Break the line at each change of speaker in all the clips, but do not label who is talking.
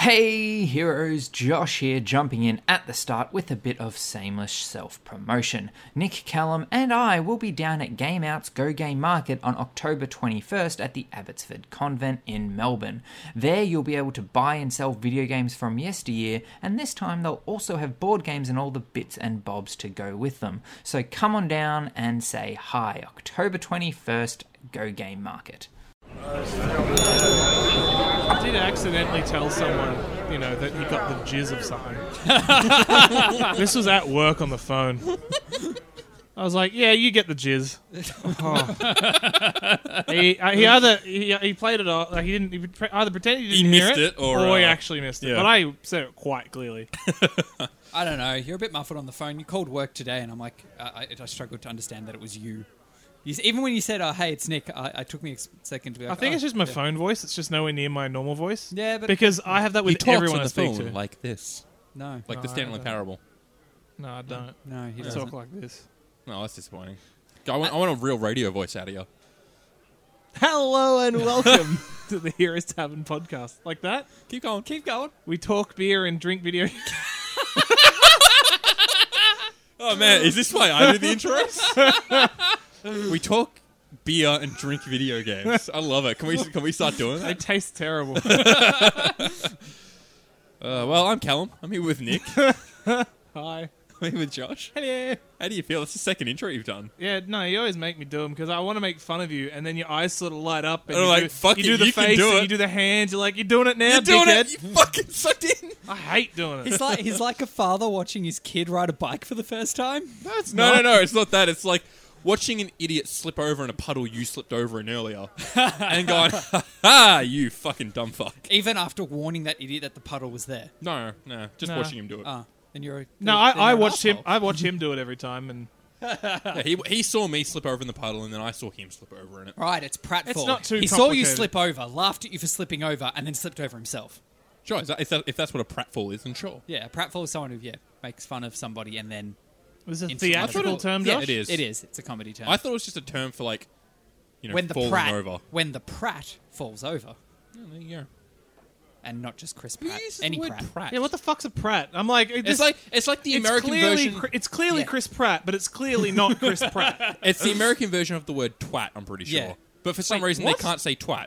Hey heroes, Josh here, jumping in at the start with a bit of shameless self promotion. Nick Callum and I will be down at Game Out's Go Game Market on October 21st at the Abbotsford Convent in Melbourne. There you'll be able to buy and sell video games from yesteryear, and this time they'll also have board games and all the bits and bobs to go with them. So come on down and say hi, October 21st, Go Game Market.
I did accidentally tell someone, you know, that he got the jizz of something. this was at work on the phone. I was like, "Yeah, you get the jizz." Oh. he, uh, he either he, he played it off, like he didn't. He pre- either pretended he didn't
He
hear
missed it, or,
he
uh,
actually missed it.
yeah.
But I said it quite clearly.
I don't know. You're a bit muffled on the phone. You called work today, and I'm like, I, I, I struggled to understand that it was you. you s- even when you said, "Oh, hey, it's Nick," I, I took me a s- second to be
I
like,
think
"Oh,
it's just my
yeah."
phone voice. It's just nowhere near my normal voice.
Yeah, but-
because I have that
He
with
talks
everyone
on
I
the
speak
phone
to.
like this,
No,
like the
No, I
Stanley
don't.
Parable.
no, I don't
no, he doesn't.
talk like this.
No, that's disappointing. I want, I want a real radio voice out of you.
Hello and welcome to the Heroes Tavern podcast. Like that.
Keep going.
Keep going.
We talk beer and drink video.
Oh man, is this why I do the intros? we talk beer and drink video games. I love it. Can we can we start doing
they
that?
taste terrible.
Uh, well, I'm Callum. I'm here with Nick.
Hi.
I'm here with Josh.
Hello.
How do you feel? That's the second intro you've done.
Yeah, no, you always make me do them because I want to make fun of you, and then your eyes sort of light up. And
I'm
you
like,
do,
"Fuck
you
it,
do the
you can
face,
do
and
it."
you do the hands. You're like, you're doing it now,
You're doing
dickhead."
it. You fucking sucked in.
I hate doing
He's
it.
like he's like a father watching his kid ride a bike for the first time.
That's
No, no, no. It's not that. It's like watching an idiot slip over in a puddle you slipped over in earlier, and going, "Ha ha, you fucking dumb fuck."
Even after warning that idiot that the puddle was there.
No, no. Just
No.
watching him do it.
Ah, and you're a-
No, I,
then
I
you're an
watch him.
asshole.
I watch him do it every time, and
Yeah, he, he saw me slip over in the puddle, and then I saw him slip over in it.
Right, it's pratfall.
It's not too
He saw you
complicated.
slip over, laughed at you for slipping over, and then slipped over himself.
Sure, is that, is that, if that's what a pratfall is, then sure.
Yeah, a pratfall is someone who yeah makes fun of somebody and then
was a
insults them.
theatrical term,
Yeah,
Josh?
it is.
It is. It's a comedy term.
I thought it was just a term for like, you know,
when the
falling
prat
over.
when the prat falls over,
Yeah, there you go.
and not just Chris
Who
Pratt,
uses
any
the word
prat.
prat?
Yeah, what the fuck's a Pratt? I'm like,
it's
this-
like it's like the
it's
American
clearly,
version.
Chr- It's clearly
Yeah.
Chris Pratt, but it's clearly not Chris Pratt.
it's the American version of the word twat. I'm pretty sure,
Yeah.
but for some
Wait,
reason
what?
they can't say twat.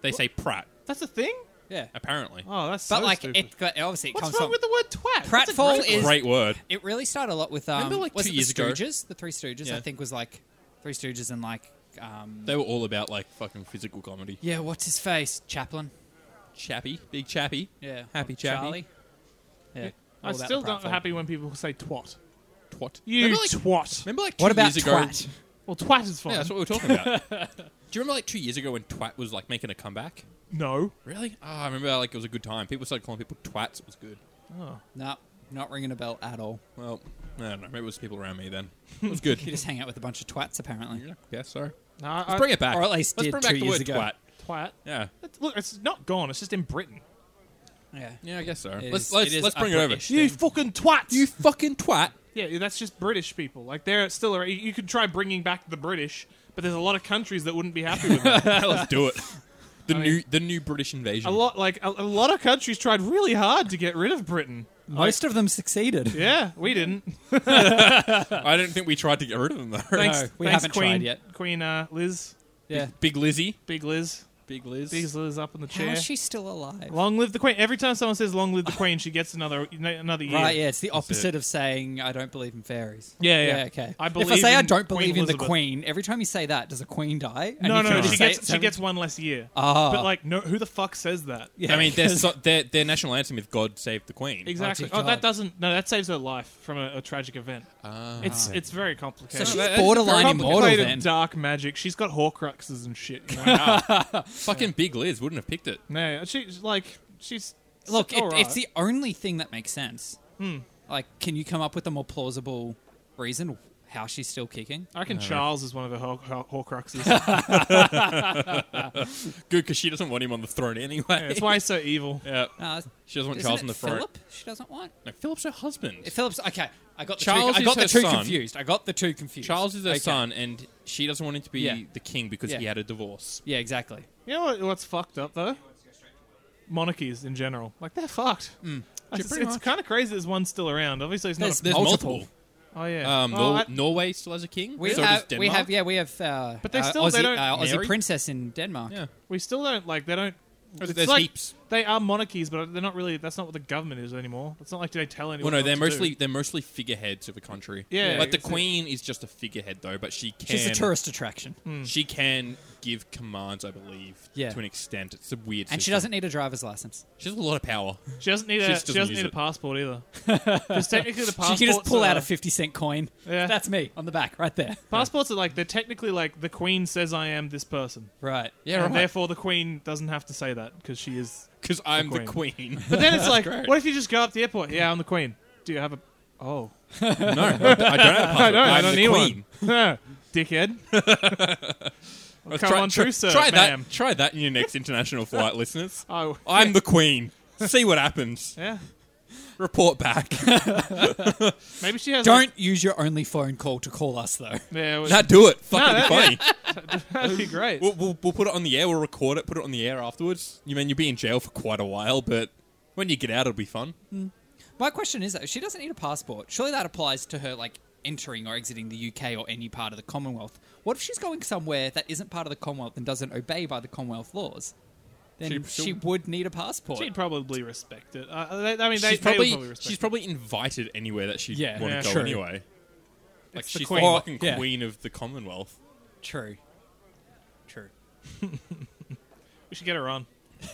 They say prat.
That's a thing.
Yeah, but
Apparently,
Oh, that's so
like
stupid.
it got, obviously it
What's
comes
wrong
from
with the word twat? That's a
pratfall
great
is
great word.
it really started a lot with um
Remember, like,
was
two
it
years
the
ago?
Stooges, the Three Stooges.
Yeah.
I think was like Three Stooges and like um
They were all about like fucking physical comedy.
yeah, what's his face Chaplin.
Chappy, big Chappy,
Yeah,
Happy
or
Chappy.
Charlie. Yeah,
I still don't happy when people say twat.
twat.
You
remember like,
twat.
remember like two
What about
years ago?
twat?
Well, twat is fine.
Yeah, that's what we were talking about. Do you remember like two years ago when twat was like making a comeback?
no.
Really? Ah, I remember like it was a good time. People started calling people twats. It was good.
No, not ringing a bell at all.
Well, I don't know. Maybe it was people around me then. It was good.
You just hang out with a bunch of twats apparently.
yeah, yeah, sorry.
No, I,
Let's bring it back.
Uh, or at least
Let's
did
bring back
two
the
years
word
ago.
twat.
twat.
Yeah.
It's- Look, it's not gone. It's just in Britain.
Yeah.
Yeah, I guess so.
It
let's
is-
let's,
it is
let's
a
bring it over.
British-
You fucking twats.
You fucking twat.
yeah, that's just British people. Like they're still. around. You- You could try bringing back the British, but there's a lot of countries that wouldn't be happy with that.
let's do it. The
I mean-
new the new British invasion.
a lot, like a, a lot of countries tried really hard to get rid of Britain.
Most of them succeeded.
Yeah, we didn't.
I don't think we tried to get rid of them though.
Thanks,
No, we
thanks
haven't
Queen,
tried yet.
Queen uh, Liz,
Yeah.
Big Lizzie.
Big Liz,
Big Liz.
Big Liz up in the
How
chair.
is she still alive?
Long live the Queen. Every time someone says "Long live the Queen," she gets another another year.
Right, yeah, it's the
it.
opposite of saying I don't believe in fairies.
Yeah, yeah.
okay.
I
if I
believe
say I
in
don't
Queen
believe in the
Elizabeth.
queen, every time you say that, does a queen die? And
No,
you can
no,
only
she
say
gets
it
she
seven-
gets one less year.
Ah.
But like, no, who the fuck says that?
Yeah,
I mean, their,
'cause-
so, their their national anthem is "God Save the Queen."
Exactly.
dear
Oh, that
God.
doesn't. No, that saves her life from a, a tragic event. it's it's very
Ah. so
complicated.
she's
that- that's
borderline
very
immortal
Complicated
then.
dark magic. She's got Horcruxes and shit. you know?
Fucking Big Liz wouldn't have picked it.
no, she's like she's.
Look, it,
all right.
it's the only thing that makes sense. Like, can you come up with a more plausible reason how she's still kicking?
I reckon Charles is one of the Hor- Hor- Horcruxes.
Good, because she doesn't want him on the throne anyway.
That's why he's so evil.
Yeah.
Uh,
She doesn't want
isn't
Charles
it
on the throne.
Philip? She doesn't want.
No, Philip's her husband.
Philip's okay. I got the
Charles
two, I
is
got the
her
two
son.
confused. I got the two confused.
Charles is her
Okay.
son, and she doesn't want him to be
Yeah.
the king because
Yeah.
he had a divorce.
Yeah, exactly.
You know what, what's fucked up though? monarchies in general. Like they're fucked. That's-
Hmm. pretty
it's
much.
kind of crazy. There's one still around. Obviously, it's
There's-
not. A,
there's- multiple.
oh yeah.
Um,
Oh,
Nor-
I-
Norway still has a king.
We
so
have,
does Denmark.
we have, yeah, we have. Uh,
But they
uh,
still-
Aussie,
they don't
uh, Aussie
marry?
princess in Denmark.
Yeah.
we still don't like. They don't.
There's-
it's
there's
like-
heaps.
They are monarchies, but they're not really. That's not what the government is anymore. It's not like they tell
Well,
anyone.
no,
what
they're
to
mostly
do.
they're mostly figureheads of a country.
Yeah, I
like the
guess so.
queen is just a figurehead though, but she can.
She's a tourist attraction,
She can give commands, I believe.
Yeah.
to an extent, it's a weird.
and she
system.
doesn't need a driver's license.
She has a lot of power.
She doesn't need
She
a.
just
she
doesn't
doesn't need
use
a
it.
passport either. Because technically, the passports.
she can just pull
are,
out a fifty cent coin.
Yeah.
That's me on the back, right there.
Passports are like they're technically like the queen says I am this person,
Right.
Yeah,
and therefore the queen doesn't have to say that because she is.
Because I'm the
the
queen.
But then it's like, what if you just go up to the airport? Yeah, I'm the queen. Do you have a? Oh,
no, I don't have a passport.
I don't.
I'm
I don't
the
need
queen.
one. Dickhead.
Well,
Come on through, sir,
Try
ma'am.
that. Try that in your next international flight, listeners.
Oh,
I'm the queen. See what happens.
yeah.
Report back.
Maybe she has.
Don't use your only phone call to call us though.
Like, yeah, well,
Not do it. Fucking
that-
funny.
that'd be great.
We'll, we'll, we'll put it on the air. We'll record it. Put it on the air afterwards. You mean you'll be in jail for quite a while, but when you get out, it'll be fun.
My question is, though, she doesn't need a passport. Surely that applies to her like entering or exiting the UK or any part of the Commonwealth. What if she's going somewhere that isn't part of the Commonwealth and doesn't obey by the Commonwealth laws? Then
She-
she, would need a passport.
She'd probably respect it. Uh, they, I mean, they,
she's
they
probably,
would probably respect.
she's
it.
probably invited anywhere that she'd
Yeah,
want
yeah,
to go
true.
anyway. Like
It's the
she's the
queen.
fucking
Yeah.
queen of the Commonwealth.
True. True.
we should get her on.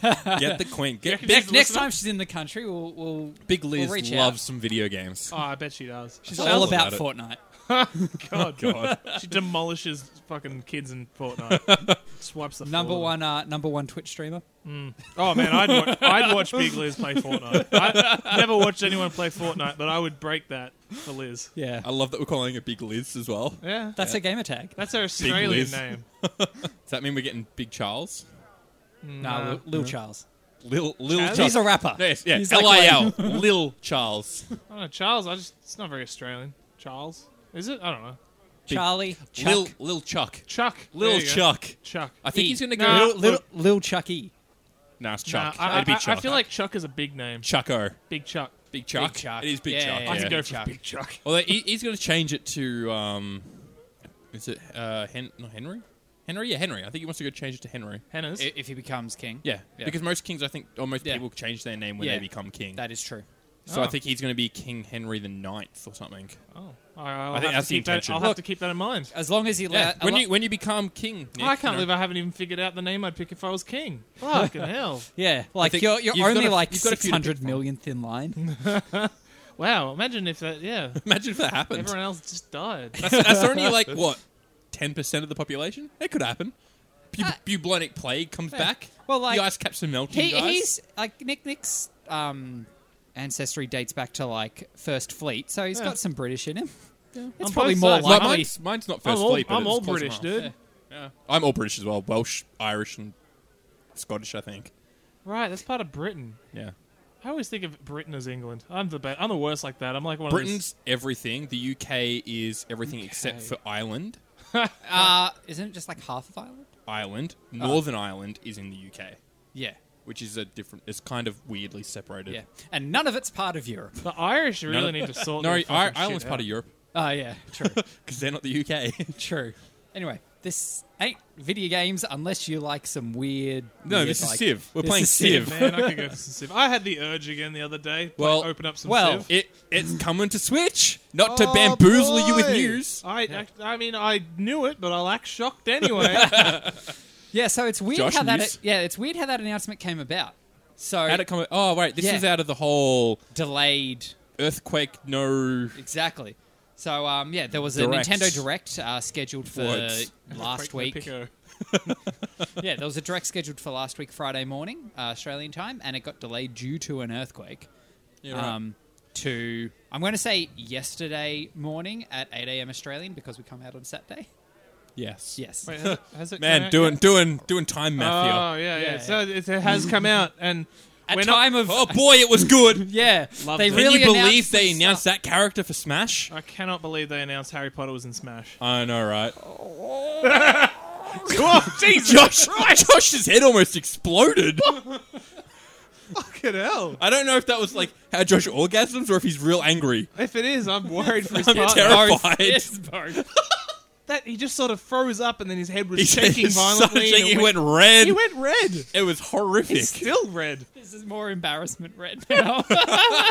Get the queen. Get
reckon
Beck.
she's-
Next
listener?
time she's in the country, we'll we'll
Big
we'll
Liz
reach out.
loves some video games.
Oh, I bet she does.
She's
Tell
all
us
about,
about
Fortnite.
God,
God.
she demolishes fucking kids in Fortnite. Swipes the
Number
floor.
one, uh, number one Twitch streamer.
Oh man, I'd wa- I'd watch Big Liz play Fortnite. I never watched anyone play Fortnite, but I would break that for Liz.
Yeah,
I love that we're calling it Big Liz as well.
Yeah,
Oh, that's her gamer tag.
that's her Australian
Liz.
name.
Does that mean we're getting Big Charles?
Nah, Lil, Lil Charles.
Lil Lil
Charles?
Charles.
He's a rapper.
Yes, yeah.
He's like
L I L. Lil Charles.
I don't know, Charles. I just it's not very Australian. Charles, is it? I don't know.
Charlie, Chuck,
Lil Lil Chuck.
Chuck. There
Lil
you go.
Chuck.
Chuck.
I think
E.
he's gonna go.
Nah.
Lil, Lil, Lil Chucky.
Nah, it's
Nah,
Chuck.
I,
It'd be
I- I
Chuck.
feel like Chuck is a big name.
Chucko.
Big Chuck.
Big Chuck.
Big Chuck.
It is Big
Yeah,
Chuck.
yeah,
I
yeah.
can go
Big
for
Chuck.
Big Chuck.
Although he, he's going to change it to, um, is it uh, Hen- not Henry? Henry, yeah, Henry. I think he wants to go change it to Henry.
Henners.
I- If he becomes king,
Yeah,
Yeah.
because most kings, I think, or most
Yeah.
people change their name when
Yeah.
they become king.
that is true.
so
Oh.
I think he's going to be King Henry the Ninth or something.
oh, I,
I think
think
that's the
keep that,
intention.
I'll have
Look.
to keep that in mind.
As long as he
Yeah,
allows,
when you when you become king, Nick,
I can't
you know,
believe I haven't even figured out the name I'd pick if I was king. Fucking hell!
yeah, like
think
you're you're
you've got
only
a-
like
you've got a few
six
to pick
hundred millionth in line.
Wow, imagine if that. Yeah,
Imagine if that happened.
everyone else just died.
That's, that's only like what ten percent of the population. That could happen. Bu- bubonic plague comes back.
Uh, Well, like-
the ice caps are melting.
he,
guys.
he's like Nick Nick's um, ancestry dates back to like First Fleet, so he's
Yeah.
got some British in him. It's
On
probably
both
more
sides.
Like,
likely.
mine's, mine's not
I'm
first
all,
fleet, but
I'm
it's
all
close
British,
enough.
dude.
Yeah. I'm all British as well. Welsh, Irish, and Scottish. I think.
Right, that's part of Britain.
Yeah.
I always think of Britain as England. I'm the ba- I'm the worst like that. I'm like one
Britain's everything. The UK is everything except
Okay.
for Ireland.
Uh, isn't it just like half of Ireland?
Ireland,
Uh.
Northern Ireland is in the UK,
Yeah,
which is a different. It's kind of weirdly separated.
yeah, and none of it's part of Europe.
of those. The Irish really
No,
need to sort.
No,
their
I-
fucking shit
Ireland's part
out.
of Europe
Oh yeah, true,
because they're not the UK.
true. Anyway, this ain't video games unless you like some weird.
no,
weird,
this is
like-
Civ. We're
this
playing
is
Civ.
Civ.
Man, I could go for some Civ. I had the urge again the other day. to
Well-
open up some
well,
Civ.
It
Mm.
it's coming to Switch, not to
Oh,
bamboozle you with
boy.
news.
I, I I mean I knew it, but I'll act shocked anyway.
Yeah, so it's weird
Josh
how
News?
that. Yeah, it's weird how that announcement came about. So
How'd it come- oh wait, this
Yeah.
is out of the whole
delayed.
earthquake. No,
Exactly. So um, yeah, there was
Direct.
a Nintendo Direct uh, scheduled for
Words.
last
Break the
week.
pico.
Yeah, there was a direct scheduled for last week, Friday morning, uh, Australian time, and it got delayed due to an earthquake.
Yeah, right.
Um, to I'm going to say yesterday morning at 8 a.m. Australian because we come out on Saturday.
yes,
Yes.
Wait, has it, has it come
Man,
out
doing doing doing time
yet?
math
Oh yeah, yeah.
Yeah,
So it, it has come out, and
At
we're
time
not,
of
here. Oh boy, it was good.
yeah,
Love
they
that.
really
Can you believe
announced
they
some
announced that
stuff.
character for Smash?
I cannot believe they announced Harry Potter was in Smash.
I know, right?
oh, Jesus!
Josh, Josh's head almost exploded.
Fucking hell.
I don't know if that was like how Josh orgasms or if he's real angry.
If it is, I'm worried for his
I'm
partner.
terrified.
Both. Yes, both.
That he just sort of froze up and then his head was
He said
shaking
his son
violently. and
shaking,
it
he went red.
he went red.
It was horrific.
It's still red.
this is more embarrassment right now.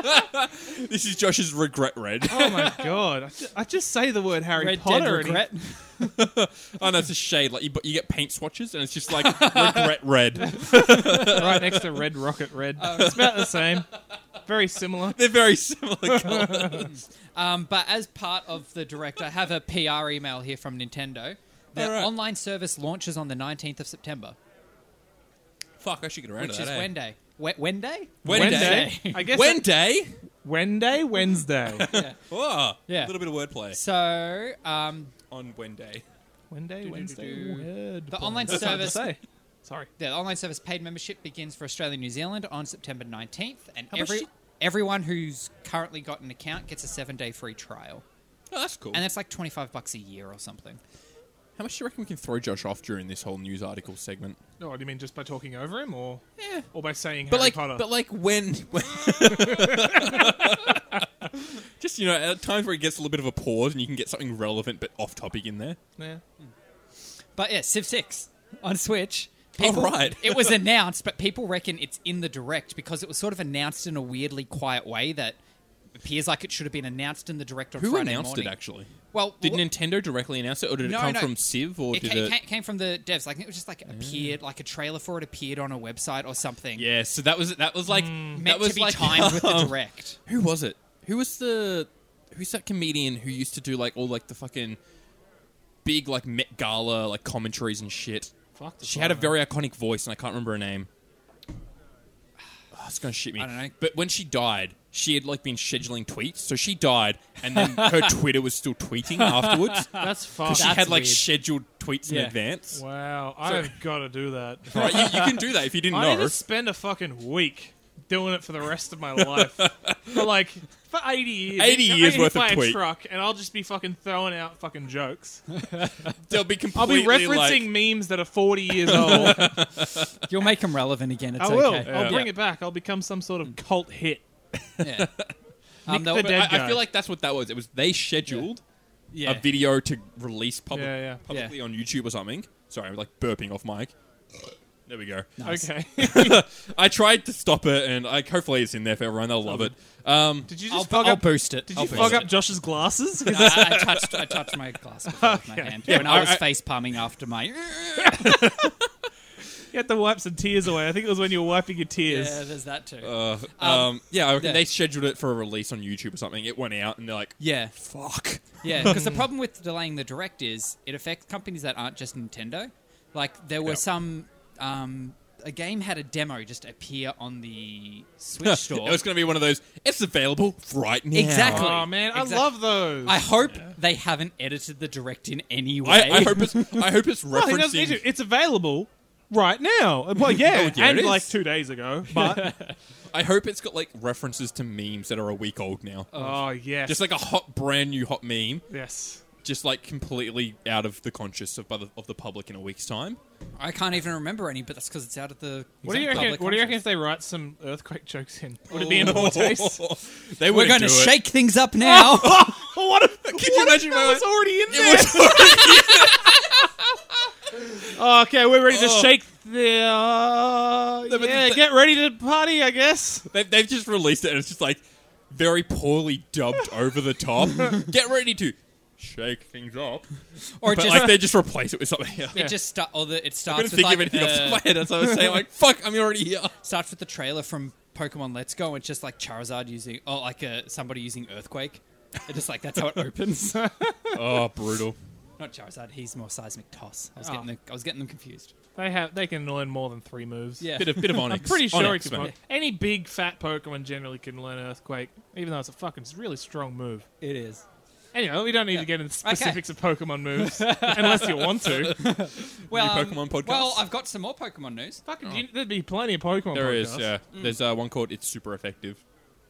this is Josh's regret red.
Oh my god! I just, I just say the word Harry
Red Dead
Potter and he-
regret.
oh no, it's a shade. Like you, but you get paint swatches, and it's just like regret red.
right next to Red Rocket Red. it's about the same. Very similar.
They're very similar. colours.
Um, but as part of the direct, I have a PR email here from Nintendo. The
Alright.
online service launches on the 19th of September,
Fuck, I should get around
which
to
is
that. eh?
Wednesday. We- Wednesday?
Wednesday.
Wednesday.
I guess.
Wednesday.
Wednesday. Wednesday.
Oh,
Yeah.
A little bit of wordplay
So, um,
on Wednesday.
Wednesday. Wednesday.
do.
Word
The
play.
online
That's hard to
service-
say. Sorry.
the online service paid membership begins for Australia and New Zealand on September 19th, and
How much
every,
shit?
everyone who's currently got an account gets a seven day free trial.
Oh, that's cool.
And that's like 25 bucks a year or something.
How much do you reckon we can throw Josh off during this whole news article segment?
No, what do you mean just by talking over him, or
Yeah.
or by saying
But
Harry
like,
Potter?
but like when, when just you know, at times where it gets a little bit of a pause, and you can get something relevant but off topic in there.
yeah.
But yeah, Civ 6 on Switch.
All right.
it was announced, but people reckon it's in the direct because it was sort of announced in a weirdly quiet way that appears like it should have been announced in the direct on
Who
Friday
announced
morning.
it actually?
Well,
Did
wha-
Nintendo directly announce it, or did it
No,
come
no.
from Civ, or
it,
did
ca-
it?
it ca- came from the devs. Like it was just like appeared, like a trailer for it appeared on a website or something.
Yeah, so that was that was like
meant
that was
to be
like
timed with the direct.
Mm. who was it? Who was the who's that comedian who used to do like all like the fucking big like Met Gala like commentaries and shit?
Fuck the
She had a
Potter.
very iconic voice, and I can't remember her name. Oh, it's gonna shit me.
I don't know.
But when she died, she had like been scheduling tweets, so she died, and then her Twitter was still tweeting afterwards.
That's fun.
she had like
Oh, weird.
scheduled tweets in
Yeah.
advance.
wow, I've got to do that.
Right, you, you can do that if you didn't
I need
know.
to spend a fucking week doing it for the rest of my life. for like for eighty years.
80
You-
years
you
worth of
buy a
tweet.
truck, and I'll just be fucking throwing out fucking jokes.
They'll be
I'll
completely
be
like-
referencing memes that are forty years old.
You'll make them relevant again. It's
I will.
okay.
I'll
Yeah.
bring it back. I'll become some sort of cult hit.
Yeah. Um, they'll-
the Dead
I, I
guy.
feel like that's what that was. It was they scheduled
yeah.
a video to release public,
Yeah, yeah.
publicly
Yeah.
on YouTube or something. Sorry, I'm like burping off mic. There we go.
Okay.
I tried to stop it, and I hopefully it's in there for everyone. They'll love it. Um,
Did you
I'll,
just fog
I'll
up?
boost it.
Did
I'll
you
boost
fog
it.
up Josh's glasses?
No, I, I touched I touched my glass before with my hand when I,
I-
was
I-
face palming after my.
You had to wipe some tears away. I think it was when you were wiping your
Yeah,
tears.
there's that too.
uh, um, yeah, I reckon
yeah.
they scheduled it for a release on YouTube or something. It went out, and they're like,
yeah,
"Fuck."
yeah. Because the problem with delaying the direct is it affects companies that aren't just Nintendo. Like there were
Yep.
some. Um, a game had a demo just appear on the Switch store.
It was going to be one of those. It's available right now.
Exactly.
Oh man,
Exactly.
I love those.
I hope they haven't edited the direct in any way.
I, I hope it's. I hope it's
Well, he doesn't need
referencing.
to. It's available right now. Well, yeah,
yeah,
and
it is.
like two days ago. But
I hope it's got like references to memes that are a week old now.
oh yes,
Just like a hot, brand new hot meme.
yes.
just like completely out of the conscious of by the, of the public in a week's time.
I can't even remember any, but that's because it's out of the.
What do you
public
reckon? What do you reckon if
conscious.
they write some earthquake jokes in? Would it
Oh.
be in poor taste?
they
We're
going
going to shake things up now.
what? If,
Could you imagine?
that
where-
was already in there.
It was-
Oh, okay, we're ready to
Oh.
shake the. Uh,
No, but
yeah,
the-
get ready to party. I guess.
they, they've just released it, and it's just like very poorly dubbed over the top. Get ready to shake things up,
or
but
just
like they just replace it with something else.
It just sta- or the, it
I
starts
couldn't
with
think
like,
of anything off the top of
the,
my head, as I was saying, like, "Fuck, I'm already here."
starts with the trailer from Pokemon Let's Go, and it's just like Charizard using oh like uh, somebody using Earthquake. It's just like that's how it opens. Not
Oh, brutal.
Charizard, he's more seismic toss. I was
Oh.
Ah.
getting the, I was getting them confused.
They have. They can learn more than three moves.
Yeah,
Bit of bit of onyx.
I'm pretty sure
Onyx,
it can.
mate.
Any big fat Pokemon generally can learn Earthquake, even though it's a fucking it's a really strong move.
it is.
Anyway, we don't need to get into
Okay.
specifics of Pokemon moves unless you want to.
Well, um,
Pokemon podcast?
Well, I've got some more Pokemon news.
Fucking, you- there'd be plenty of Pokemon.
Oh. There is,
podcasts.
yeah. There's uh, one called "It's Super Effective"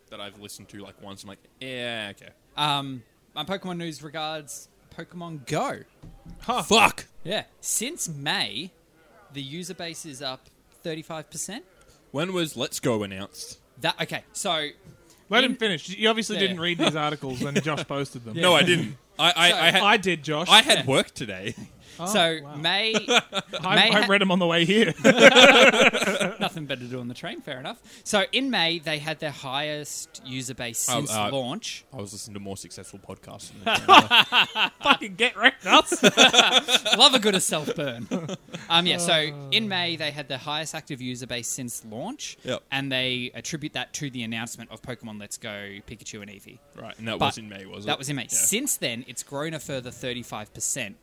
that I've listened to like once. I'm like, yeah, okay.
Um, my Pokemon news regards Pokemon Go.
Huh.
Fuck.
Yeah, since May, the user base is up thirty five percent.
When was Let's Go announced?
That okay. So
Let him finish. You obviously
Yeah.
didn't read these articles when Josh posted them.
No, I didn't. I I,
So,
I, had,
I did, Josh.
I had work today.
so
Oh, wow.
May
I,
May
I
ha-
read them on the way here.
nothing better to do on the train. Fair enough. So in May they had their highest user base
Oh,
since
uh,
launch.
I was listening to more successful podcasts. Than
Fucking get wrecked, nuts.
Love a good of self burn. Um, yeah.
Oh.
So in May they had their highest active user base since launch,
Yep.
and they attribute that to the announcement of Pokemon Let's Go, Pikachu, and Eevee.
right, and that
But
was in May, was it?
That was in May.
Yeah.
Since then, it's grown a further thirty five percent.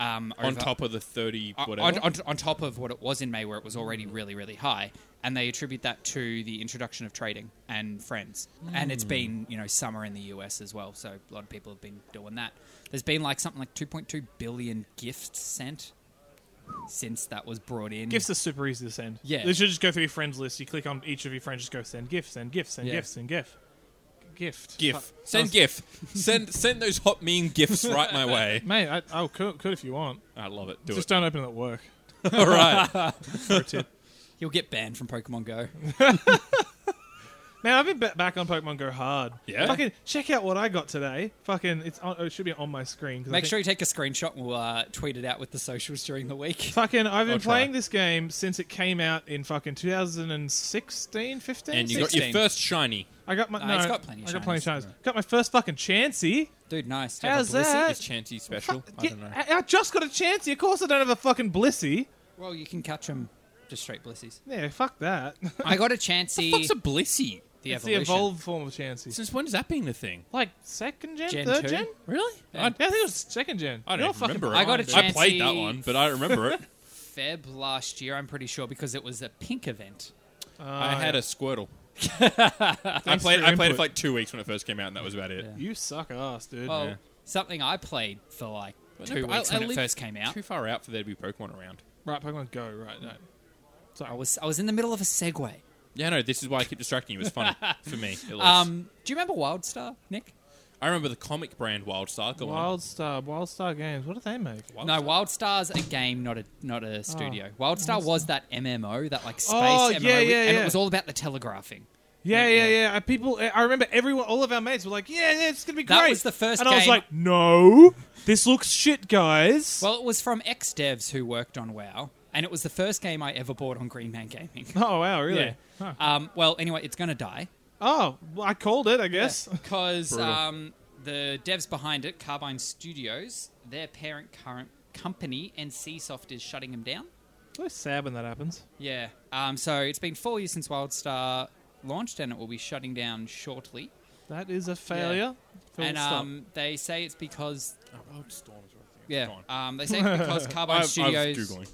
Um,
on
over-
top of the thirty
uh, on,
whatever.
on, on, on top of what it was in May, where it was already really, really high, and they attribute that to the introduction of trading and friends. And it's been, you know, summer in the US as well, so a lot of people have been doing that. There's been like something like 2.2 billion gifts sent since that was brought in.
Gifts are super easy to send.
Yeah.
They should just go through your friends list. You click on each of your friends, just go send gifts, send gifts, send
Yeah.
gifts, send gift. Gift.
GIF. Send GIF. Send send those hot meme GIFs right my way.
Mate, I, oh, could, could if you want.
I love it. Do
just
it.
don't open it at work.
All right.
For a tip.
You'll get banned from Pokemon Go.
Man, I've been ba- back on Pokemon Go hard.
Yeah?
Fucking check out what I got today. Fucking, it's on, it should be on my screen. 'cause I
Make
think-
sure you take a screenshot and we'll uh, tweet it out with the socials during the week.
Fucking, I've been
I'll try.
playing this game since it came out in fucking 2016, 15?
And you got your Uh,
16.
first shiny.
I got my.
Ah,
no,
it's got plenty of
I got plenty of
shinies.
shines. Got my first fucking Chansey.
Dude, nice. Do you have a
How's
Blissey?
that?
Is Chansey special?
Fuck,
I
yeah,
don't know.
I, I just got a Chansey. Of course, I don't have a fucking Blissey.
Well, you can catch them just straight Blissies.
Yeah, fuck that.
I got a Chansey.
What's a Blissey?
the
it's the
evolution.
evolved form of Chansey.
Since when's that been a thing?
Like second gen,
Gen
third
two?
gen.
Really?
I, I think it was second gen.
I
You're
don't even
fucking
remember it.
I got a
I played that
Chansey-
one, but I remember it.
Feb last year, I'm pretty sure, because it was a pink event.
Uh,
I had a Squirtle. I
Thanks for
played.
your
I played
input.
it for like two weeks when it first came out, and that was about it.
You suck ass, dude.
Well, something I played for like
But no,
two
but I-
weeks
I
when it
lived
first came out.
Too far out for there to be Pokemon around.
Right, Pokemon Go. Right, no.
I was I was in the middle of a segue.
Yeah, no. This is why I keep distracting you. It's funny for me. At least.
Um, do you remember Wildstar, Nick?
I remember the comic brand Wildstar. Go on.
Wildstar, Wildstar Games. What do they make?
Wildstar?
No, Wildstar's a game, not a not a studio. Wildstar was that MMO, that like space
Ah, Oh,
MMO,
yeah, yeah,
and
yeah.
it was all about the telegraphing.
Yeah, yeah, yeah. I- People, I remember everyone, all of our mates were like, "Yeah, yeah it's gonna be great."
That was the first
and I was
game-
like, "No, this looks shit, guys."
Well, it was from ex devs who worked on WoW, and it was the first game I ever bought on Green Man Gaming.
oh wow, really?
Yeah.
Huh.
Um, well, anyway, it's gonna die.
Oh, well, I called it, I guess.
because
Brutal.
um, the devs behind it, Carbine Studios, their parent current company, NCSoft, is shutting them down.
It's always sad when that happens.
Yeah. Um, so it's been four years since Wildstar launched, and it will be shutting down shortly.
That is a failure. Full
and
stop.
um, they say it's because
Oh, Wildstorm is right there.
yeah,
Go on.
um, they say it's because Carbine
I, I was
Studios
googling.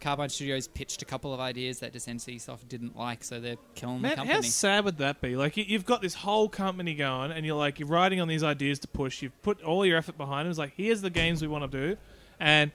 Carbine Studios pitched a couple of ideas that just NCSoft didn't like, so they're killing the
Man, how
company.
sad would that be? Like you, you've got this whole company going, and you're like you're riding on these ideas to push. You've put all your effort behind it. It's like here's the games we want to do, and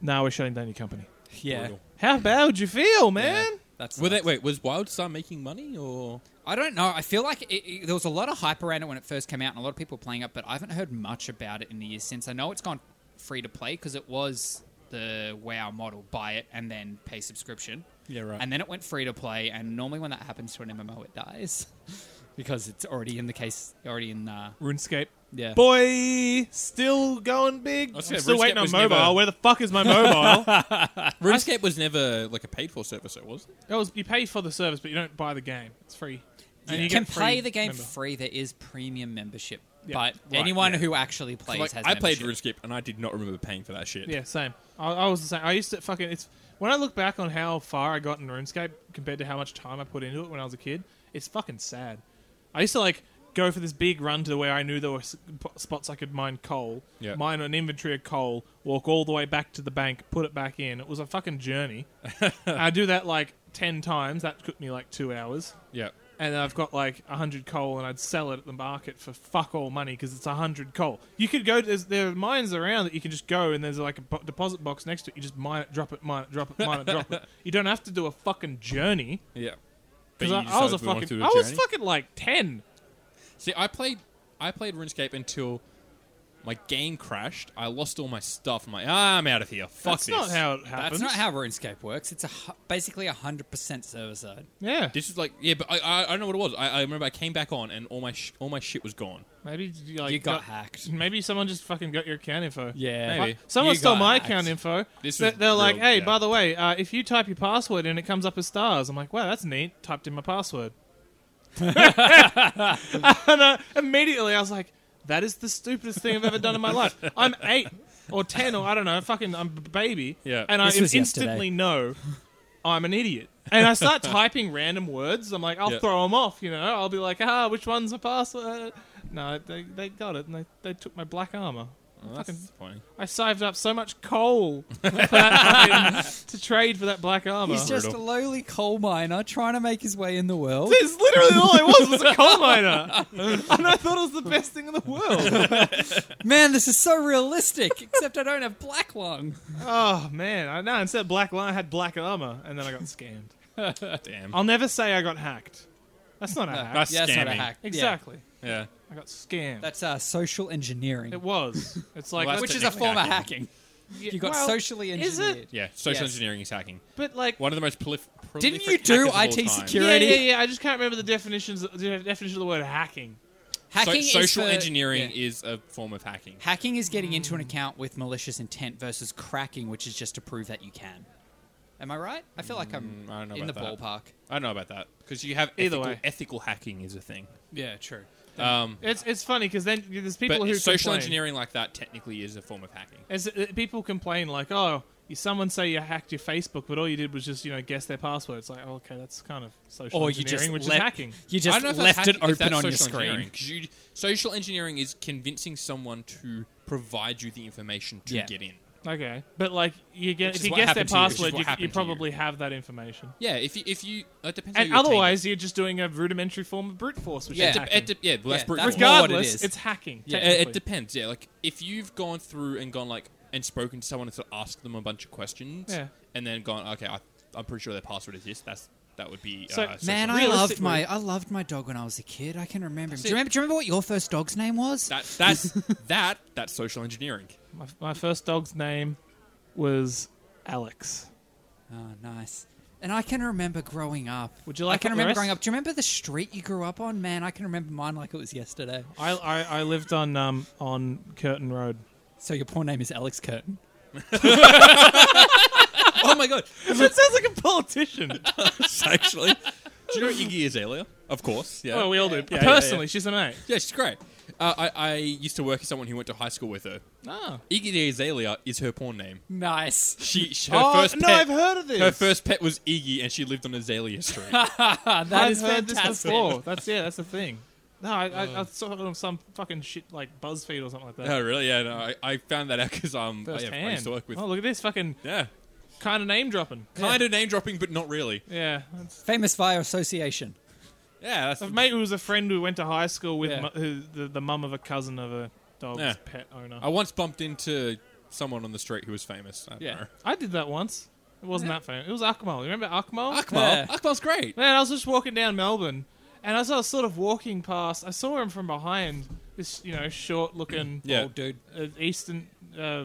now we're shutting down your company.
yeah.
Brutal.
How bad would you feel,
Yeah,
man?
That's
Were
nuts.
they, wait, was Wildstar making money or?
I don't know. I feel like it, it, there was a lot of hype around it when it first came out, and a lot of people were playing it. But I haven't heard much about it in the years since. I know it's gone free to play because it was the WoW model: buy it and then pay subscription.
Yeah, right.
And then it went free to play, and normally when that happens to an MMO, it dies because it's already in the case, already in uh,
RuneScape.
yeah.
Boy, still going big.
I
I'm
was gonna say,
still
RuneScape
waiting on
was
mobile.
never-
Where the fuck is my mobile?
RuneScape was never like a paid for service, it was.
That was, you pay for the service, but you don't buy the game. It's free. And
you
get
can play
free
the game
member.
free. There is premium membership,
Yeah,
but
right,
anyone
yeah.
who actually plays
Like,
has.
I played
membership.
RuneScape and I did not remember paying for that shit.
Yeah, same. I, I was the same. I used to fucking. It's when I look back on how far I got in RuneScape compared to how much time I put into it when I was a kid. It's fucking sad. I used to like go for this big run to where I knew there were s- p- spots I could mine coal,
Yeah.
mine an inventory of coal, walk all the way back to the bank, put it back in. It was a fucking journey. I do that like ten times. That took me like two hours.
Yeah.
and I've got like 100 coal and I'd sell it at the market for fuck all money because it's 100 coal. You could go, there's, there are mines around that you can just go and there's like a bo- deposit box next to it. You just mine it, drop it, mine it, drop it, mine it, drop it. You don't have to do a fucking journey.
Yeah. But
Because
you
I, I
decided
was a
we wanted to
fucking,
do
I was
journey?
fucking like 10.
See, I played I played RuneScape until My game crashed. I lost all my stuff. I'm like, ah, I'm out of here. Fuck
That's
this.
not how it happens.
That's not how RuneScape works. It's a hu- basically hundred percent server side.
Yeah.
This is like, yeah, but I, I, I don't know what it was. I, I remember I came back on and all my sh- all my shit was gone.
Maybe you, like,
You got hacked.
Maybe someone just fucking got your account info.
Yeah.
Like,
Maybe.
someone
You
stole
got
my
hacked.
account info.
This
They-
was
They're like,
real-
hey,
yeah.
by the way, uh, if you type your password and it comes up as stars, I'm like, wow, that's neat. Typed in my password. and uh, immediately I was like, that is the stupidest thing I've ever done in my life. I'm eight or ten or I don't know, fucking, I'm a baby.
Yeah.
And I
This was yesterday.
instantly know I'm an idiot. And I start typing random words. I'm like, I'll 'em
Yeah.
throw them off, you know? I'll be like, ah, which one's a password? No, they, they got it, and they, they took my black armor.
Well, Oh, that's disappointing.
I saved up so much coal for that fucking, to trade for that black armor.
He's just a
Brutal.
lowly coal miner trying to make his way in the world.
It's literally all it was was a coal miner, and I thought it was the best thing in the world.
Man, this is so realistic. Except I don't have black lung.
Oh man, I know. Instead of black line, I had black armor, and then I got scammed.
Damn.
Um,
I'll never say I got hacked. That's not a hack.
That's
yeah, that's not a
scamming.
hack. Yeah.
exactly.
yeah.
I got scammed.
That's uh, social engineering,
it was. It's like
Well, that's
which is a
technically
form of
hacking.
hacking.
Yeah,
You got
well,
socially
is it?
engineered.
Yeah. Social
Yes.
engineering is hacking.
But like,
One of the most prolif- prolific.
Didn't you do
hackers of all
IT
time.
security?
yeah,
Purity.
yeah, yeah. I just can't remember the definitions. The definition of the word hacking.
So-
Hacking is
social
for-
engineering
yeah.
is Mm. a form of hacking.
Hacking is getting into an account with malicious intent versus cracking, which is just to prove that you can. Am I right? I feel like I'm
Mm, I don't know
in the
about that.
ballpark.
I don't know about that because you have
Either
ethical,
way.
ethical hacking is a thing.
Yeah, true.
Um,
It's it's funny because then there's
but
people who
social
complain.
engineering like that technically is a form of hacking.
As uh, people complain, like, oh, you, someone say you hacked your Facebook, but all you did was just you know guess their password. It's like, oh, okay, that's kind of social
Or you
engineering,
just
which is
let-
hacking.
You
I
just
don't know if that's
left it
hacking- if
open
that's
on your
social
screen.
engineering, 'cause you- social engineering is convincing someone to provide you the information to
Yeah.
get in.
Okay, but like you get
Which
if
is
you
what
guess their
happened to you, which is
password,
what
you,
happened
you
to
probably have that information.
Yeah, if you, if you it depends.
and
how you obtain
otherwise, you're just doing a rudimentary form of brute force, which
Yeah.
is
it.
hacking.
It de- yeah, well, that's
Yeah,
brute
that's
force.
more what it
Regardless,
is.
it's hacking.
Yeah,
Yeah, it
technically.
depends. Yeah, like if you've gone through and gone like and spoken to someone and sort of asked them a bunch of questions,
Yeah.
and then gone, okay, I, I'm pretty sure their password is this. That's that would be
So-
uh, social
Man, I
Realistically-
loved my I loved my dog when I was a kid. I can remember. him. Do you remember, do you remember what your first dog's name was?
That that's that that's social engineering.
My, my first dog's name was Alex.
Oh, nice. And I can remember growing up.
Would you like
I can
the
remember
rest?
growing up. Do you remember the street you grew up on? Man, I can remember mine like it was yesterday.
I, I, I lived on um on Curtin Road.
So your poor name is Alex Curtin.
oh my god!
that sounds like a politician.
Actually, do you know what Iggy is, Elia? Of course. Yeah.
Well, we all do.
Yeah, yeah,
Personally,
yeah.
she's an eight.
Yeah, she's great. Uh, I, I used to work with someone who went to high school with her.
Oh.
Iggy De Azalea is her porn name.
Nice.
She, she her
Oh,
first
no,
pet,
I've heard of this.
her first pet was Iggy, and she lived on Azalea Street.
That
I've
is
heard this
fantastic.
before. That's yeah, that's the thing. Uh. No, I, I, I saw it on some fucking shit like BuzzFeed or something like that.
oh, really? Yeah, no, I, I found that out because um, I,
First
I used
hand.
to work with.
Oh, look at this fucking
Yeah,
kind of name dropping.
kind of name dropping, but not really.
Yeah, that's,
Famous via association.
Yeah, that's
a mate who was a friend who went to high school with
Yeah.
mu- who, the, the mum of a cousin of a dog's
Yeah.
pet owner.
I once bumped into someone on the street who was famous. I don't
yeah,
know.
I did that once. It wasn't that famous. It was Akmal. You remember Akmal?
Akmal,
Yeah.
Akmal's great.
Man, I was just walking down Melbourne, and as I was sort of walking past, I saw him from behind. This, you know, short-looking,
Yeah.
Old dude.
uh, Eastern, uh,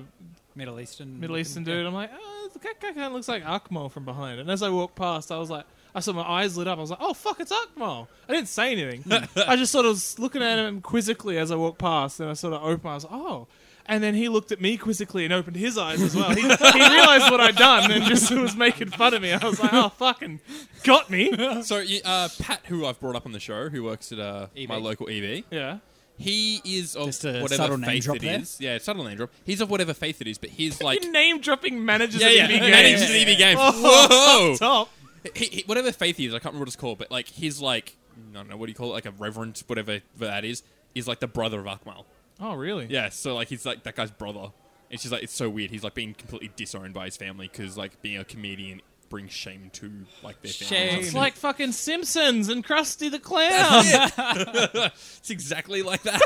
Middle Eastern.
Middle Eastern dude. I'm like, oh, that guy kind of looks like Akmal from behind. And as I walked past, I was like, I saw my eyes lit up. I was like, oh, fuck, it's Akmal. I didn't say anything. I just sort of was looking at him quizzically as I walked past. And I sort of opened my eyes, oh. And then he looked at me quizzically and opened his eyes as well. He, he realized what I'd done and just was making fun of me. I was like, oh, fucking got me.
So you- uh, Pat, who I've brought up on the show, who works at uh,
EB.
my local EB,
Yeah.
he is of
E Just a
whatever
subtle name
faith
drop
it
there.
is. Yeah, subtle name drop. He's of whatever faith it is, but he's like
Fucking name dropping managers
yeah,
of
yeah,
EB
manages
games.
an EB game.
Oh,
Whoa!
Top.
he, he- whatever faith he is, I can't remember what it's called, but like he's like I don't know what do you call it, like a reverend, whatever that is, is like the brother of Akmal.
Oh, really?
Yeah, so like he's like that guy's brother. It's just like it's so weird. He's like being completely disowned by his family because like being a comedian brings shame to like their family.
It's
Shame.
like fucking Simpsons and Krusty the Clown.
It's exactly like that.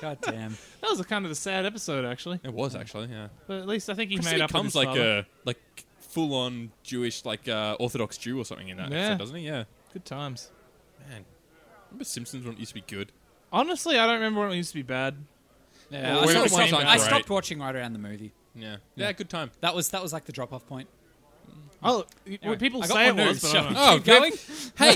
God damn.
That was a kind of a sad episode, actually.
it was actually yeah.
But at least I think he
Christy
made up.
becomes
with his
like
father.
a like full on Jewish like uh, Orthodox Jew or something in that
Yeah.
episode, doesn't he? Yeah.
good times.
Man, remember Simpsons when it used to be good?
Honestly, I don't remember when it used to be bad.
Yeah,
Well,
I,
we-
stopped
we
watching-
sound
I
great.
stopped watching right around the movie.
Yeah. Yeah, good time.
That was that was like the drop off point.
Oh, well, people
I got
say it
more
was,
news,
but I don't
shall we?
know.
Oh,
Keep going?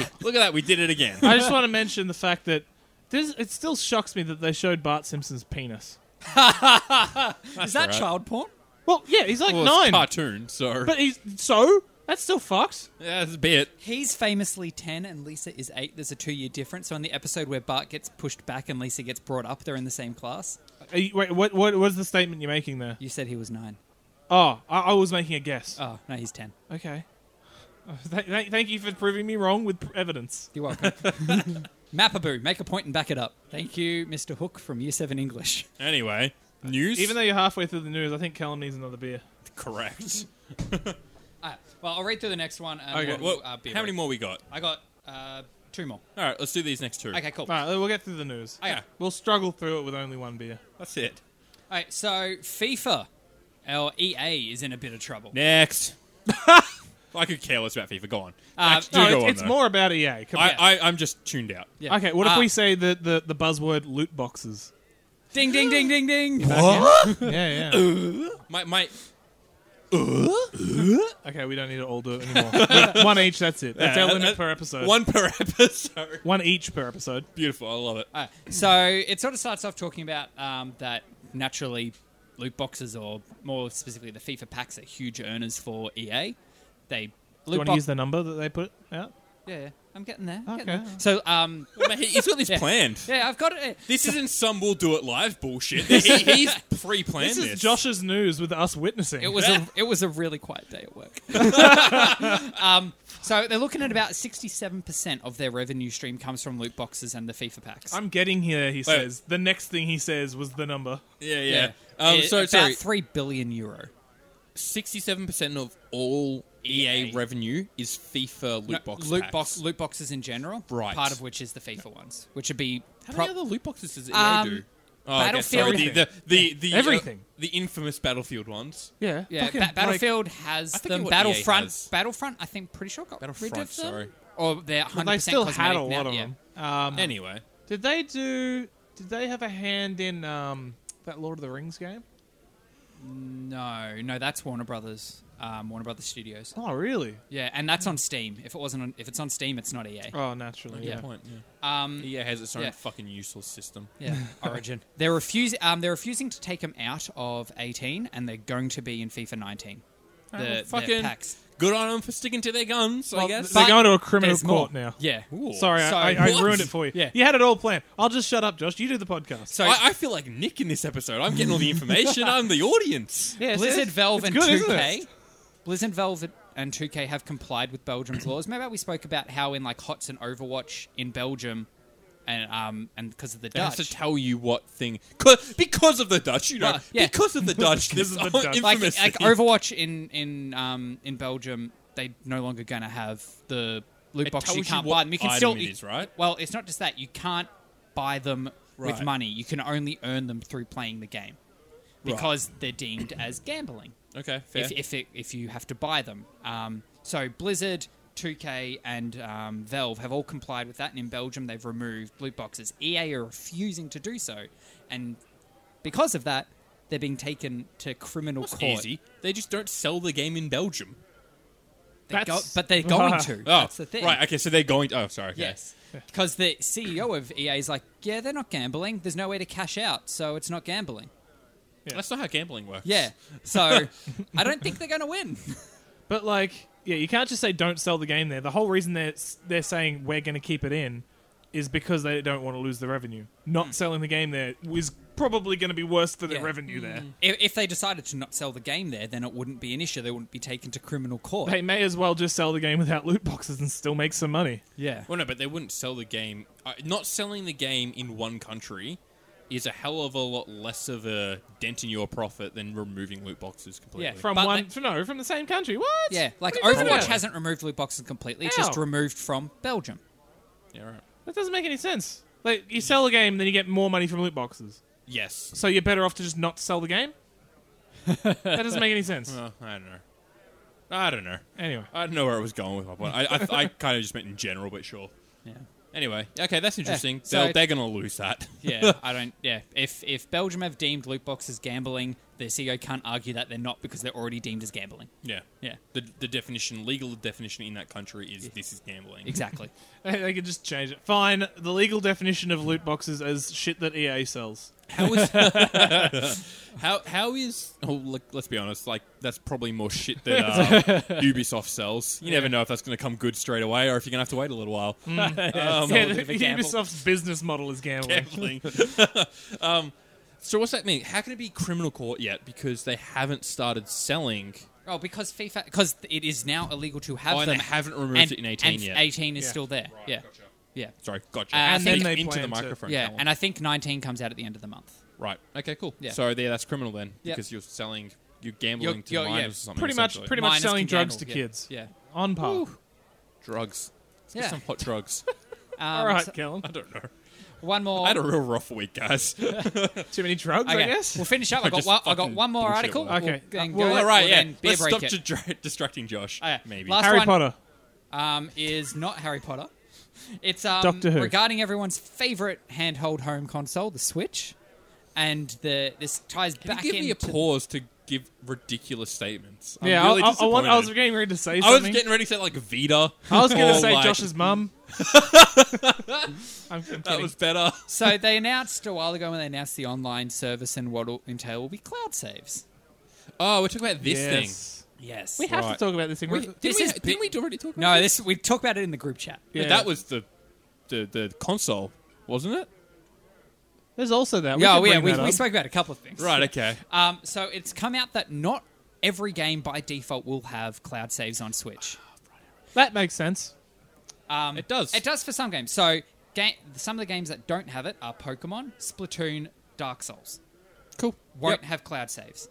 Hey, look at that. We did it again.
I just want to mention the fact that this, it still shocks me that they showed Bart Simpson's penis.
Is that
alright.
child porn?
Well, yeah, he's like
Well, it's
nine,
cartoon, so
but he's so that's still fucked.
yeah, it's a bit.
He's famously 10 and Lisa is 8. There's a two year difference. So, in the episode where Bart gets pushed back and Lisa gets brought up, they're in the same class.
Are you- Wait, what, what? What is the statement you're making there?
You said he was 9.
Oh, I, I was making a guess.
Oh, no, he's 10.
Okay. Th- th- thank you for proving me wrong with pr- evidence.
You're welcome. Mapaboo, make a point and back it up. Thank you, Mr. Hook from Year 7 English.
Anyway, news.
Even though you're halfway through the news, I think Callum needs another beer.
correct.
Uh, well, I'll read through the next one. Um,
Okay.
we'll-
Well,
uh, be
how
right-
many more we got?
I got uh, two more.
All right, let's do these next two.
Okay, cool.
All right, we'll get through the news.
Okay.
We'll struggle through it with only one beer.
That's it.
All right, so FIFA, or EA, is in a bit of trouble.
Next. I could care less about FIFA. Go on.
Uh,
Actually,
No,
do go
it's,
on,
it's
though.
more about EA. Come on.
I, I, I'm just tuned out.
Yeah.
Okay, what if
Uh,
we say the, the, the buzzword loot boxes?
Ding, ding, ding, ding, ding.
Yeah, yeah.
My, my,
okay, we don't need to all do it anymore. one each, that's it. That's
Yeah,
our
that-
limit
that-
per episode.
uh, one per episode.
one each per episode.
Beautiful. I love it.
Uh, so it sort of starts off talking about um, that naturally loot boxes, or more specifically the FIFA packs, are huge earners for EA.
Do
They
you
loot
want to use
boxes.
the number that they put out?
Yeah, yeah, I'm getting there. I'm getting
Okay.
there. So um,
Mate, he- he's got this
Yeah.
planned.
yeah, I've got it.
This isn't some we'll do it live bullshit. He- he's pre-planned
This
this.
is Josh's news with us witnessing.
It was a it was a really quiet day at work. um, so they're looking at about sixty seven percent of their revenue stream comes from loot boxes and the FIFA packs.
I'm getting here, he says. The next thing he says was the number.
Yeah, yeah. Um,
It-
so,
about
sorry.
three billion euro.
Sixty-seven percent of all EA
EA.
revenue is FIFA E loot box.
loot
packs.
box loot boxes in general.
Right.
Part of which is the FIFA ones, which would be
How
pro-
many other loot boxes does EA
Um,
do? Oh, I guess,
Battlefield-
sorry, the, the, the, the, uh,
Everything.
the infamous Battlefield ones.
Yeah.
Yeah, Ba- Battlefield has
think
them.
what EA
Battlefront,
has.
Battlefront, I think, pretty sure got rid
Battlefront,
of them.
sorry.
Or they're 100%
they still
cosmetic
had a
now,
lot of
yeah.
them. Um,
Anyway,
did they do? Did they have a hand in um, that Lord of the Rings game?
No, no, that's Warner Brothers, um, Warner Brothers Studios.
Oh, really?
Yeah, and that's on Steam. If it wasn't, on, if it's on Steam, it's not E EA.
Oh, naturally.
yeah.
Yeah.
point. Yeah.
Um,
EA has its own
Yeah.
fucking useless system.
Yeah, Origin. they're refusing. Um, they're refusing to take them out of 18, and they're going to be in FIFA 19. The,
Oh,
well,
their
fucking-
packs.
Good on them for sticking to their guns, I guess.
They're
But
going to a criminal
there's more.
court now.
Yeah.
Ooh.
Sorry, I-
Sorry.
I, I
What?
ruined it for you.
Yeah.
You had it all planned. I'll just shut up, Josh. You do the podcast.
So
I, I feel like Nick in this episode. I'm getting all the information. I'm the audience.
yeah, it's-
Blizzard,
it's-
Valve,
it's
and
good, isn't
2K.
it?
Blizzard, Valve, and 2K have complied with Belgium's laws. Remember, we spoke about how in like Hots and Overwatch in Belgium, and um, and because of the
It has
Dutch,
to tell you what thing 'cause- because of the Dutch, you know,
Well, yeah.
because of the Dutch. this is
of the
the
Dutch.
infamous.
like like
thing.
Overwatch in in um in Belgium, they no longer gonna have the loot
It
box.
tells
You
you
can't
what
buy them. You can
item
still
it is, right?
Well, it's not just that you can't buy them with
Right.
money. You can only earn them through playing the game
Right.
because they're deemed as gambling.
Okay, fair.
if if, it, if you have to buy them. Um, so Blizzard, 2K, and um, Valve have all complied with that, and in Belgium they've removed loot boxes. EA are refusing to do so, and because of that, they're being taken to criminal
That's
court.
easy. They just don't sell the game in Belgium.
They go,
That's-
but they're going to. That's the thing.
Oh, Right. Okay. So they're going. Oh, sorry. Okay.
Yes. Because the CEO of EA is like, yeah, they're not gambling. There's no way to cash out, so it's not gambling.
That's not how gambling works.
Yeah. So I don't think they're going to win.
But like, yeah, you can't just say don't sell the game there. The whole reason they're they're saying we're going to keep it in is because they don't want to lose the revenue. Not selling the game there is probably going to be worse for their
Yeah.
revenue there.
If, if they decided to not sell the game there, then it wouldn't be an issue. They wouldn't be taken to criminal court.
They may as well just sell the game without loot boxes and still make some money.
yeah.
Well, no, but they wouldn't sell the game. Uh, not selling the game in one country is a hell of a lot less of a dent in your profit than removing loot boxes completely.
Yeah,
From
But
one,
they-
from, no, from the same country. What?
Yeah. Like
What are you talking
Overwatch
about?
hasn't removed loot boxes completely. It's
How?
just removed from Belgium.
Yeah, right.
That doesn't make any sense. Like you sell a game, then you get more money from loot boxes.
Yes.
So you're better off to just not sell the game. that doesn't make any sense.
Well, Uh, I don't know. I don't know.
Anyway,
I don't know where I was going with my point. I I, I kind of just meant in general, but sure.
Yeah.
Anyway, okay, that's interesting.
so-
They'll- they're going to lose that.
Yeah, I don't. Yeah, if if Belgium have deemed loot boxes gambling, the CEO can't argue that they're not because they're already deemed as gambling.
yeah.
Yeah,
The, the definition, legal definition in that country is this is gambling.
exactly.
They could just change it. Fine. The legal definition of loot boxes is shit that EA sells.
How is how how is? Oh, look, let's be honest. Like that's probably more shit that uh, Ubisoft sells. You never know if that's going to come good straight away or if you're going to have to wait a little while.
Um,
yeah, the, Ubisoft's business model is gambling.
Gambling. um, so what's that mean? How can it be criminal court yet? Because they haven't started selling.
Oh, because FIFA, because it is now illegal to have
Oh, and
them.
they haven't removed
and-
it in 18
and
yet.
18 is
Yeah.
still there. yeah, yeah,
Sorry, gotcha.
Uh, and
Speak
then
they
into
plan
the
to-
microphone.
yeah.
Callum.
And I think 19 comes out at the end of the month.
right. Okay. Cool.
Yeah.
So yeah, that's criminal then
Yep.
because you're selling, you're gambling to
you're- yeah,
minors or something.
Pretty much,
essentially.
pretty much
Minors
selling
can
drugs to
gamble, yeah.
kids.
Yeah.
On par.
drugs. Let's get
Yeah.
some hot drugs.
Um,
All right,
so-
Kellen.
I don't know.
one more.
I had a real rough week, guys.
Too many drugs, I
Okay,
guess.
We'll finish up.
I
I got
just
one, I got
fucking
one more
bullshit
article.
one.
Okay.
We'll then
Well,
go-
all
All right,
we'll
yeah.
then beer
Let's
break
stop
it.
dra- distracting
Oh,
Josh.
Okay,
Maybe.
last-
Harry
one-
Potter.
um, is not Harry Potter. It's um,
Doctor Who.
regarding everyone's favorite handheld home console, the Switch, and the this ties
Can
back
you give me a
into
pause to give ridiculous statements? I'm
yeah,
really
I, I, I, want, I was
disappointed.
getting ready to say
I was
something.
getting ready to say like Vita.
I was going
or,
to say
like,
Josh's mum. I'm, I'm
That
kidding.
was better.
So they announced a while ago when they announced the online service and what will entail will be cloud saves.
Oh, we're talking about this
yes.
Yes.
We have
Right.
to talk about this thing.
thing. We,
We're-
This
did
is
we,
big-
didn't we already talk about
No, this we talked about it in the group chat.
it?
yeah.
That was the, the the console, wasn't it?
There's also that. We
yeah,
could
we,
bring
we,
that
we
up.
spoke about a couple of things.
Right. Okay.
Um, so it's come out that not every game by default will have cloud saves on Switch.
That makes sense.
Um,
It does.
It does for some games. So ga- some of the games that don't have it are Pokemon, Splatoon, Dark Souls.
Cool.
Won't have cloud saves.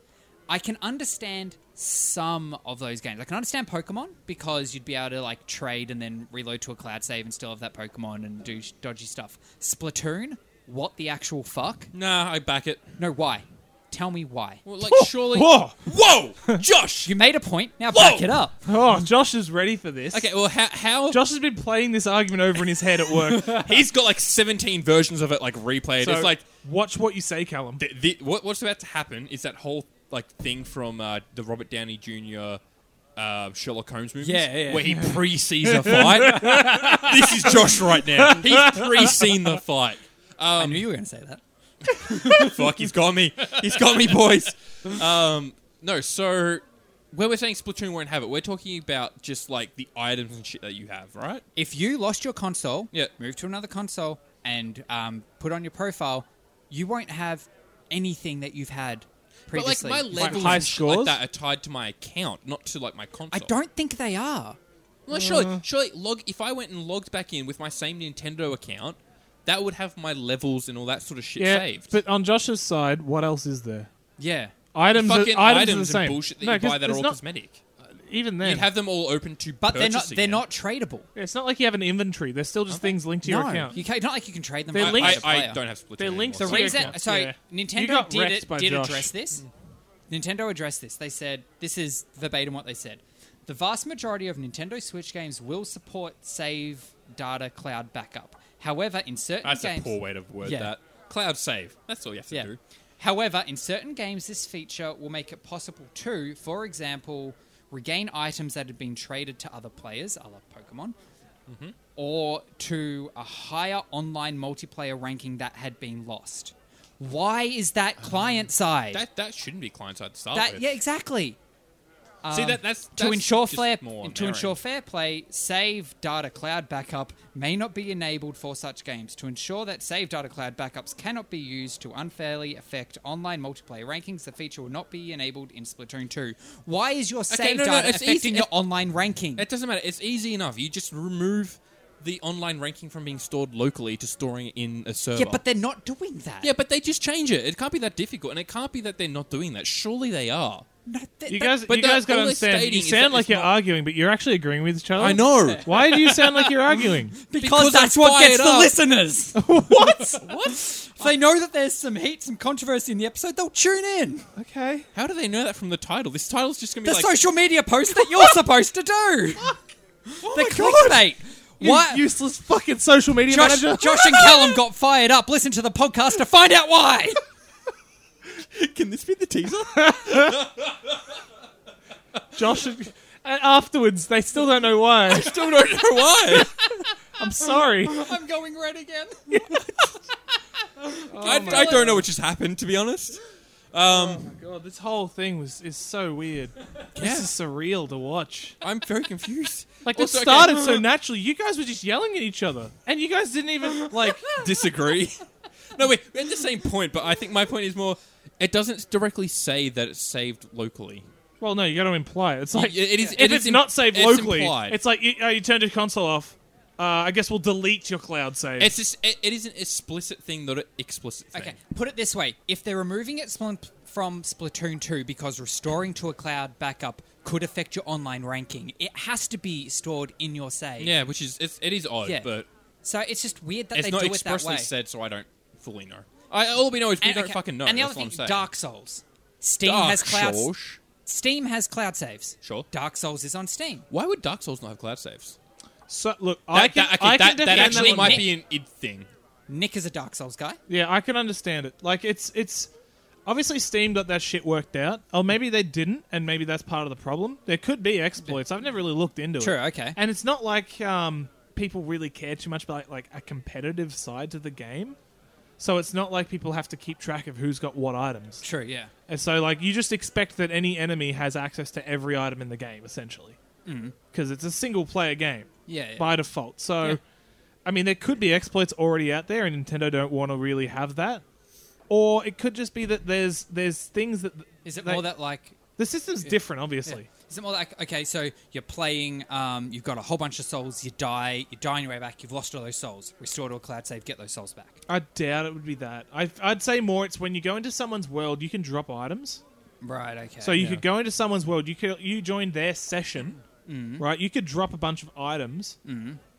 I can understand some of those games. I can understand Pokemon because you'd be able to like trade and then reload to a cloud save and still have that Pokemon and do sh- dodgy stuff. Splatoon, what the actual fuck?
Nah, I back it.
No, why? Tell me why.
Well, like surely.
Whoa.
Whoa, Josh.
You made a point. Now
Whoa!
back it up.
Oh, Josh is ready for this.
Okay. Well, how how
Josh has been playing this argument over in his head at work.
he's got like 17 versions of it like replayed.
So,
it's like
watch what you say, Callum.
th- th- what, what's about to happen is that whole like thing from uh, the Robert Downey Jr. Uh, Sherlock Holmes movies,
Yeah, yeah.
where he pre-sees a fight. this is Josh right now. He's pre-seen the fight.
I
Um,
knew you were going to say that.
Fuck, he's got me. He's got me, boys. Um, no, so when we're saying Splatoon won't have it, we're talking about just like the items and shit that you have, right?
If you lost your console,
Yeah.
move to another console, and um, put on your profile, you won't have anything that you've had previously.
But like my levels
high
and shit like
scores?
that are tied to my account, not to like my console.
I don't think they are.
Well,
Mm.
surely, surely, log. If I went and logged back in with my same Nintendo account, that would have my levels and all that sort of shit
Yeah,
saved.
but on Josh's side, what else is there?
Yeah.
Items, are,
fucking
items, are the
items
same.
and bullshit that
No,
you
'cause
buy that are
it's
all
not,
cosmetic.
even then.
You'd have them all open to,
But they're not
purchasing
they're
it.
not tradable.
it's not like you have an inventory. They're still just things linked to your
no,
account.
you can't, not like you can trade them.
They're
back
I,
to the
I, I
player.
don't have Splatoon.
They're linked
anymore,
to
so-
your
Is that-
account.
so
Yeah. You
Nintendo
got
did,
wrecked
it,
by
did
Josh.
address this. Nintendo addressed this. They said this is verbatim what they said. The vast majority of Nintendo Switch games will support save data cloud backup. However, in certain
That's
games,
a poor way to word
Yeah.
that. Cloud save. That's all you have to do.
However, in certain games, this feature will make it possible to, for example, regain items that had been traded to other players, a la Pokemon,
Mm-hmm.
or to a higher online multiplayer ranking that had been lost. Why
Ah,
is that client side?
That that shouldn't be client side to start
That-
with.
yeah, exactly.
See that that's,
to
that's
ensure
just
fair
more
to ensure fair play, save data cloud backup may not be enabled for such games. To ensure that save data cloud backups cannot be used to unfairly affect online multiplayer rankings, the feature will not be enabled in Splatoon 2. Why is your save
no, no,
data
it's
affecting
easy-
your
it-
online ranking?
It doesn't matter. It's easy enough. You just remove the online ranking from being stored locally to storing it in a server.
yeah, but they're not doing that.
yeah, but they just change it. It can't be that difficult, and it can't be that they're not doing that. Surely they are.
No, th-
You
that-
guys,
but
you
that-
guys got to
all it's
understand.
stating
You
is
sound
that
like
it's
you're
not-
arguing, but you're actually agreeing with each other.
I know.
Why do you sound like you're arguing?
because,
because
that's
I'm
what gets
fired
the
up.
listeners. what? what? If they know that there's some heat, some controversy in the episode, they'll tune in.
okay.
How do they know that from the title? This title's just gonna be
the
like Oh
social media post that you're supposed to do. the clickbait.
You
What?
useless fucking social media
Josh,
manager.
Josh and Callum got fired up. Listen to the podcast to find out why.
Can this be the teaser?
Josh. and- and afterwards, they still don't know why.
Still don't know why.
I'm sorry.
I'm going red again. Oh
I, I don't know what just happened, to be honest.
God, this whole thing was is so weird. This is surreal to watch.
I'm very confused.
Like
Also,
it
okay,
started so naturally. You guys were just yelling at each other, and you guys didn't even like.
disagree. No, wait, we're at the same point, but I think my point is more. It doesn't directly say that it's saved locally.
Well, no, you got to imply it. It's like
Y- it is-
if
it is
it's
im-
not saved
it's
locally,
implied.
it's like you, uh, you turned your console off. Uh, I guess we'll delete your cloud save.
It's just, it, it is an explicit thing, not an explicit thing.
Okay, put it this way: if they're removing it spl- from Splatoon 2 because restoring to a cloud backup could affect your online ranking, it has to be stored in your save.
Yeah, which is it's, it is odd,
Yeah.
but
So it's just weird that
it's
they
not
do it that
expressly
way.
said, so I don't fully know. I, all we know is we
And-
don't
okay,
fucking know.
And the
that's
other
what
thing,
I'm saying.
Dark Souls. Steam
Dark
has cloud.
Souls.
Steam has cloud saves.
Sure.
Dark Souls is on Steam.
Why would Dark Souls not have cloud saves?
so look,
That,
I can,
that, okay,
I
that,
can
that
defend
actually
one.
might be an id thing.
Nick is a Dark Souls guy.
Yeah, I can understand it. Like it's it's obviously Steam got that shit worked out. Or maybe they didn't, and maybe that's part of the problem. There could be exploits. I've never really looked into
True,
it.
okay.
And it's not like um, people really care too much about like a competitive side to the game. So it's not like people have to keep track of who's got what items.
True, yeah.
And so like you just expect that any enemy has access to every item in the game essentially. Because it's a single player game
Mm. Yeah, yeah.
by default. So,
Yeah.
I mean, there could be exploits already out there, and Nintendo don't want to really have that. Or it could just be that there's there's things that
Is it
they-
more that like
the system's different, obviously.
Is it more like okay, so you're playing, um, you've got a whole bunch of souls, you die, you die on your way back, you've lost all those souls, restore to a cloud save, get those souls back.
I doubt it would be that. I, I'd say more. It's when you go into someone's world, you can drop items.
Right, okay.
So you could go into someone's world. You could you join their session, right? You could drop a bunch of items,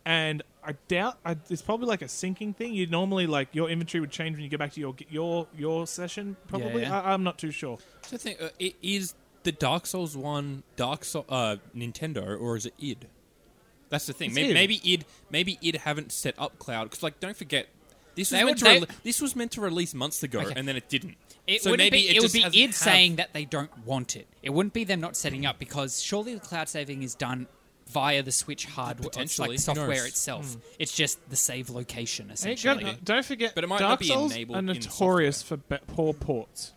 and I doubt I, it's probably like a syncing thing. You normally like your inventory would change when you go back to your your your session. Probably,
yeah.
I, I'm not too sure.
So I think uh, it is the Dark Souls one Dark Soul uh, Nintendo or is it id? That's the thing.
It's
Maybe,
id.
maybe id. Maybe id haven't set up cloud because, like, don't forget this was
They
meant to
would-
rele-
they-
this was meant to release months ago,
Okay.
and then it didn't.
It
so
would
maybe
be,
it,
it, would
just
be
hasn't
id
have-
saying that they don't want it. It wouldn't be them not setting up because surely the cloud saving is done via the Switch hardware, it's
Potentially,
like
who
software
knows? Hmm.
itself. It's just the save location
Hey,
essentially.
don't- don't forget,
But it might not
Dark
be
Souls
enabled
are
in
notorious for be- poor ports.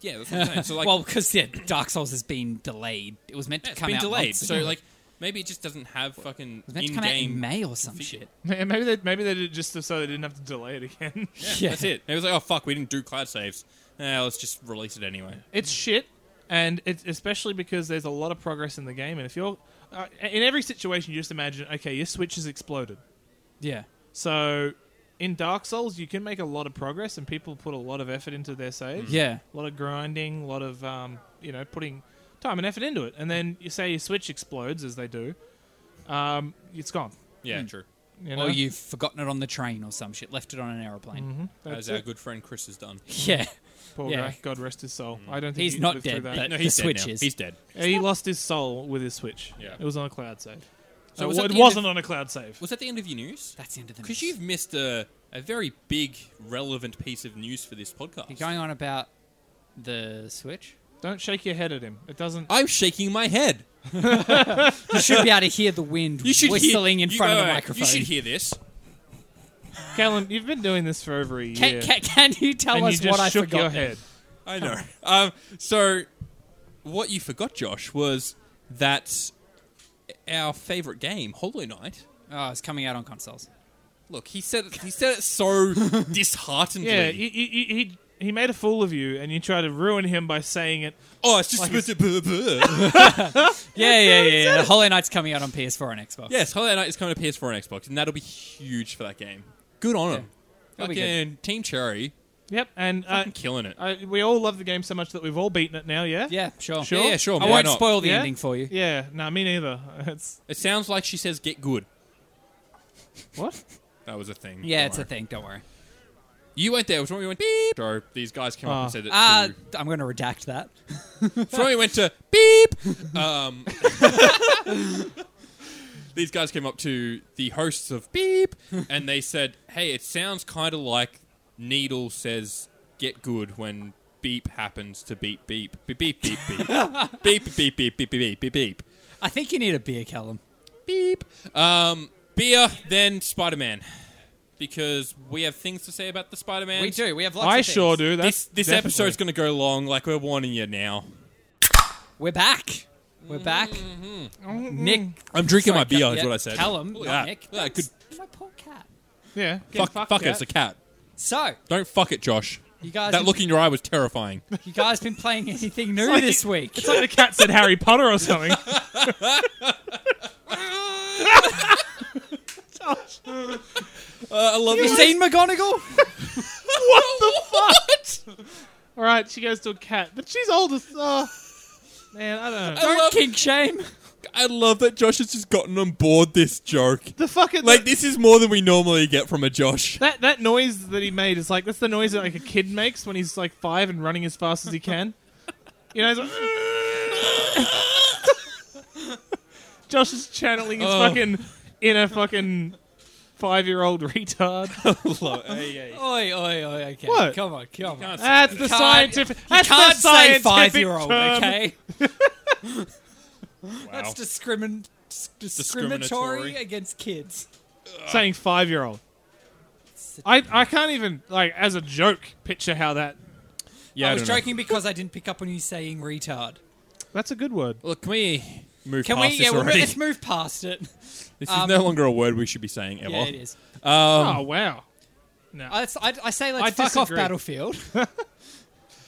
Yeah, that's what I'm saying. So like,
well, because yeah, Dark Souls has been delayed. It was meant
yeah,
to
it's
come
been
out
delayed.
months
So
ago.
like, maybe it just doesn't have fucking
it was meant to
in
come out in
game.
May or some
config.
shit.
Yeah, Maybe they maybe they did it just so they didn't have to delay it again.
That's it. It was like, oh fuck, we didn't do cloud saves. Eh, let's just release it anyway.
it's shit, and it's especially because there's a lot of progress in the game. And if you're uh, in every situation, you just imagine, okay, your switch has exploded.
Yeah.
So in Dark Souls, you can make a lot of progress, and people put a lot of effort into their saves.
Yeah.
a lot of grinding, a lot of um, you know putting time and effort into it. And then you say your switch explodes, as they do, um, it's gone.
Hmm.
Yeah, true.
You know?
Or you've forgotten it on the train or some shit, left it on an aeroplane.
That's
As our
it.
good friend Chris has done.
Mm-hmm. Yeah.
Poor
Yeah.
guy. God rest his soul. I don't think
He's
he
not
lived through
dead,
that.
but
No,
the
he's dead
Switch
now.
is.
He's dead.
he lost his soul with his Switch.
Yeah.
It was on a cloud save.
So
So
was
well,
that
it
the end
wasn't on a cloud save.
Was that the end of your news?
That's the end of the
Because
news.
you've missed a, a very big, relevant piece of news for this podcast.
You're going on about the Switch?
Don't shake your head at him. It doesn't.
I'm shaking my head.
You should be able to hear the wind
You should
whistling
hear,
in
you-
front of
wait,
the
wait,
microphone.
You should hear this.
Callum, you've been doing this for over a year.
can, can, can you tell
and
us
you just
what I
shook
forgot?
your
then?
head.
I know. Um, so, what you forgot, Josh, was that our favourite game, Hollow Knight.
Oh, it's coming out on consoles.
Look, he said it, he said it so dishearteningly.
Yeah, he, he, he, he- he made a fool of you, and you try to ruin him by saying it.
oh, it's just supposed to. Blah, blah.
Yeah, yeah, yeah. yeah. Hollow Knight's coming out on PS4 and Xbox.
yes, Hollow Knight is coming to PS4 and Xbox, and that'll be huge for that game. Good on him.
that'll be
Fucking Team Cherry,
Yep, and uh,
fucking killing it.
I, we all love the game so much that we've all beaten it now. Yeah.
Yeah, sure.
Sure.
Yeah, yeah, sure.
I
why
won't
not?
spoil the
Yeah?
ending for you.
Yeah. No, me neither. It's
It sounds like she says get good.
what?
That was a thing.
Yeah,
Don't
it's
worry.
a thing. Don't worry.
You went there. It was when we went beep. So these guys came up
Ah.
and said that.
Uh,
too.
I'm going to redact that.
So when we went to beep. Um, these guys came up to the hosts of Beep and they said, "Hey, it sounds kind of like Needle says get good when Beep happens to beep beep beep beep beep beep beep beep beep beep beep beep beep."
I think you need a beer, Callum.
Beep. Um, beer, then Spider Man. Because we have things to say about the Spider Man.
We do. We have lots of
I
things.
sure do. That's
This, this episode's going to go long, like we're warning you now.
We're back. We're back.
Mm-hmm.
Nick.
I'm drinking my
Sorry,
beer,
Cal-
is
yeah,
what I said.
Callum,
Look
not
at that.
Nick.
Look at that
That's my poor cat.
yeah.
Fuck, fuck, it, it's a cat.
So,
Don't fuck it, Josh.
you guys, Uh,
That look in your eye was terrifying.
you guys been playing anything new
like-
this week?
It's like the cat said Harry Potter or something.
Uh, I love
You seen McGonagall?
What the fuck?
All right, she goes to a cat, but she's old as. Oh, man, I don't know.
I love,
King shame.
I love that Josh has just gotten on board this joke.
The fucking
Like, this is more than we normally get from a Josh.
that that noise that he made is like that's the noise that like a kid makes when he's like five and running as fast as he can. You know, he's like, Josh is channeling his
Oh.
fucking inner fucking five-year-old retard.
Oi, oi, oi. Okay,
What?
come on, come on.
Can't-
That's the
can't-
scientific. That's
Can't
the
say
scientific
five-year-old.
term.
Okay,
Wow.
that's discrimin- dis- discriminatory
Discriminatory.
against kids.
saying five year old. I, I can't even like as a joke picture how that
yeah,
I
I
was
don't know.
joking because I didn't pick up on you saying retard.
that's a good word.
Look, can we move
Can
past
we?
this
Yeah, we'll,
already?
let's move past it.
This
um,
is no longer a word we should be saying ever.
Yeah, it is. Um,
oh wow. No.
I, I, I say let's
I
fuck
disagree.
off Battlefield.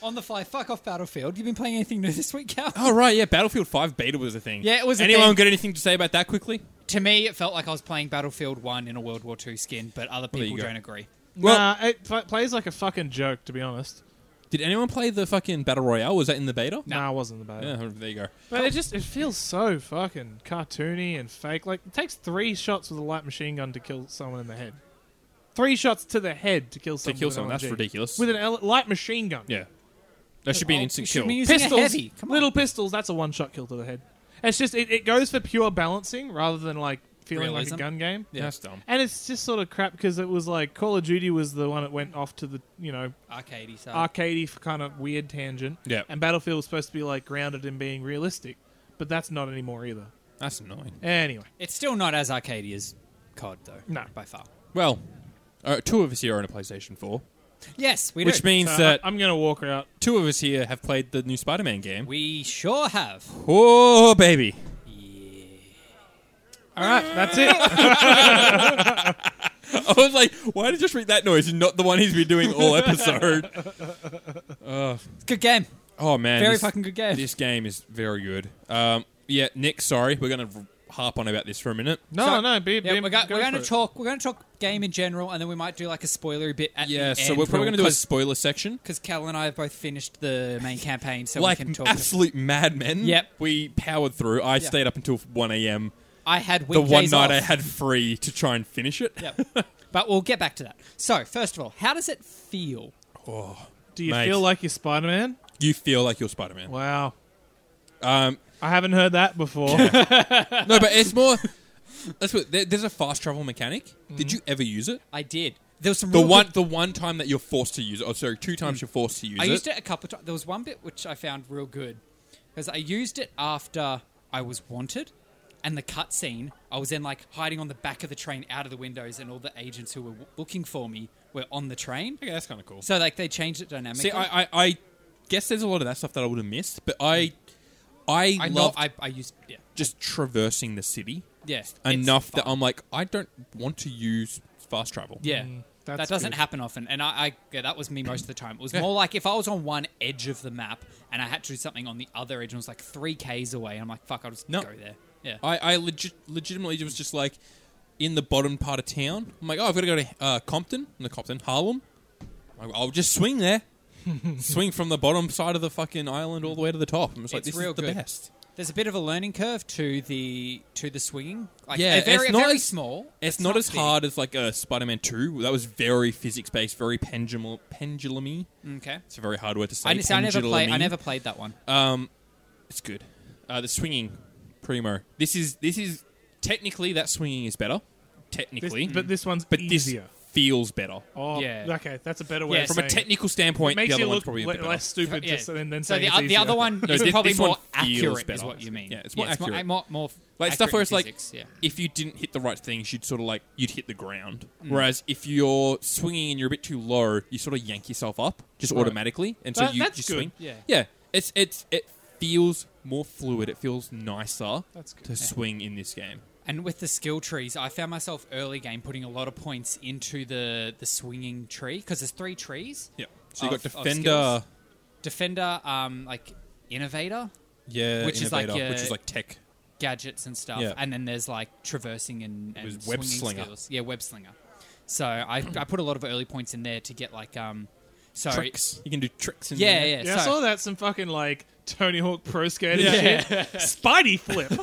On the fly, fuck off Battlefield. You been playing anything new this week, Cal?
Oh right, yeah, Battlefield Five beta was a thing.
Yeah, it was a
Anyone
thing.
got anything to say about that quickly?
To me, it felt like I was playing Battlefield 1 in a World War II skin, but other
there
people
you go.
don't agree.
Well-
nah, it pl- plays like a fucking joke to be honest.
Did anyone play the fucking battle royale? Was that in the beta?
Nah, I wasn't about
Yeah,
it.
there you go.
But it just it feels so fucking cartoony and fake. Like it takes three shots with a light machine gun to kill someone in the head. Three shots to the head to kill someone.
kill
with an
someone, that's
LMG.
ridiculous.
With an L- light machine gun.
Yeah, that should be an
Oh,
instant
you should
kill.
be using a
Pistols,
heavy. Come on.
little pistols. That's a one-shot kill to the head. It's just it, it goes for pure balancing rather than like feeling
Realism.
like a gun game.
Yeah, that's dumb.
And it's just sort of crap because it was like Call of Duty was the one that went off to the you know
Arcadey stuff.
arcadey f- kind of weird tangent.
Oh. Yeah.
And Battlefield was supposed to be like grounded in being realistic, but that's not anymore either.
That's annoying.
Anyway,
it's still not as arcadey as COD, though.
No.
By far.
Well, uh, two of us here own a PlayStation Four,
Yes, we
which
do.
means
so
that
I, am gonna walk out.
two of us here have played the new Spider-Man game.
We sure have.
oh baby!
All right, that's it.
I was like, why did you just read that noise and not the one he's been doing all episode?
It's a good game.
oh man,
Very
this-
fucking good game.
This game is very good. Um, yeah, Nick, sorry, we're gonna harp on about this for a minute.
No,
So-
no, be,
Yeah,
be,
we're, go-
go
we're
for
going to
it.
talk. We're going to talk game in general, and then we might do like a spoilery bit at
Yeah,
the
so we're probably going to do a spoiler section.
because Cal and I have both finished the main campaign, so
like
we can talk.
absolute madmen.
Yep.
We powered through. I
Yeah.
stayed up until 1 a.m.
I had
The
weekdays
one night I
off.
had free to try and finish it.
Yep. but we'll get back to that. So, first of all, how does it feel?
Do you
Mate.
feel like you're Spider-Man?
You feel like you're Spider Man.
Wow,
Um,
I haven't heard that before.
no, but it's more. That's what. There, there's a fast travel mechanic. Did
Mm.
you ever use it?
I did. There was some
The
real
one,
Good,
the one time that you're forced to use it. Oh, sorry, two times you're forced to use
Mm. I
it.
used it a couple of times. There was one bit which I found real good because I used it after I was wanted, and the cutscene. I was then like hiding on the back of the train, out of the windows, and all the agents who were w- looking for me were on the train.
Okay, that's kind of cool.
So like they changed it dynamically.
See, I, I, I guess there's a lot of that stuff that I would have missed, but I, I,
I know
love
I, I used yeah
just traversing the city
yeah it's
enough
fun.
that I'm like, I don't want to use fast travel.
Yeah.
Mm,
that
that's
doesn't
good.
happen often, and I, I yeah, that was me most of the time. It was
Yeah.
more like if I was on one edge of the map and I had to do something on the other edge, and it was like three k's away. I'm like, fuck, I'll just
No.
go there. Yeah,
I, I legit, legitimately was just like in the bottom part of town. I'm like, oh, I've got to go to uh, Compton, the Compton, Harlem. I'm like, I'll just swing there, swing from the bottom side of the fucking island all the way to the top. I'm just like,
It's
this
real
is the
good.
best.
there's a bit of a learning curve to the to the swinging. Like,
Yeah,
they're very,
it's not
very
as-
small.
It's, not, as
big.
hard as like a Spider-Man Two. That was very physics based, very pendulum, pendulumy.
Okay,
It's a very hard word to say.
I, see, I never played. I
pendulumy.
never played that one.
Um, it's good. Uh, the swinging, primo. This is this is Technically, that swinging is better. Technically,
but this one's
but
easier.
this feels better
Oh,
Yeah.
Okay, that's a better way.
Yeah,
of
from
saying
a
it.
technical standpoint.
It makes
the other
you
one's
look
probably a
le-
bit better.
less stupid.
Yeah.
Just and then
so
saying
the,
it's
o- the other
easier.
one
No,
is
thi-
probably
this
more
one feels
accurate, is
better.
what you mean.
Yeah, it's more accurate.
More, more
like stuff
accurate
where it's
in
like
physics, yeah.
if you didn't hit the right things you'd sort of like you'd hit the ground whereas if you're swinging and you're a bit too low you sort of yank yourself up just automatically and so
That-
you
that's
just
good.
swing
Yeah.
yeah it's it's it feels more fluid it feels nicer
That's good.
to swing in this game
And with the skill trees, I found myself early game putting a lot of points into the the swinging tree because there's three trees.
yeah so you got
Of- of
defender
skills. Defender, um, like innovator,
yeah
Which is like
innovator,
your-
which is like tech
gadgets and stuff,
Yeah.
and then there's like traversing and, and
was
swinging
web slinger.
skills. Yeah, web slinger. So I, I put a lot of early points in there to get like um, so
tricks you can do tricks in
yeah,
there.
yeah,
Yeah,
so,
I saw that some fucking like Tony Hawk Pro Skater shit. Spidey flip.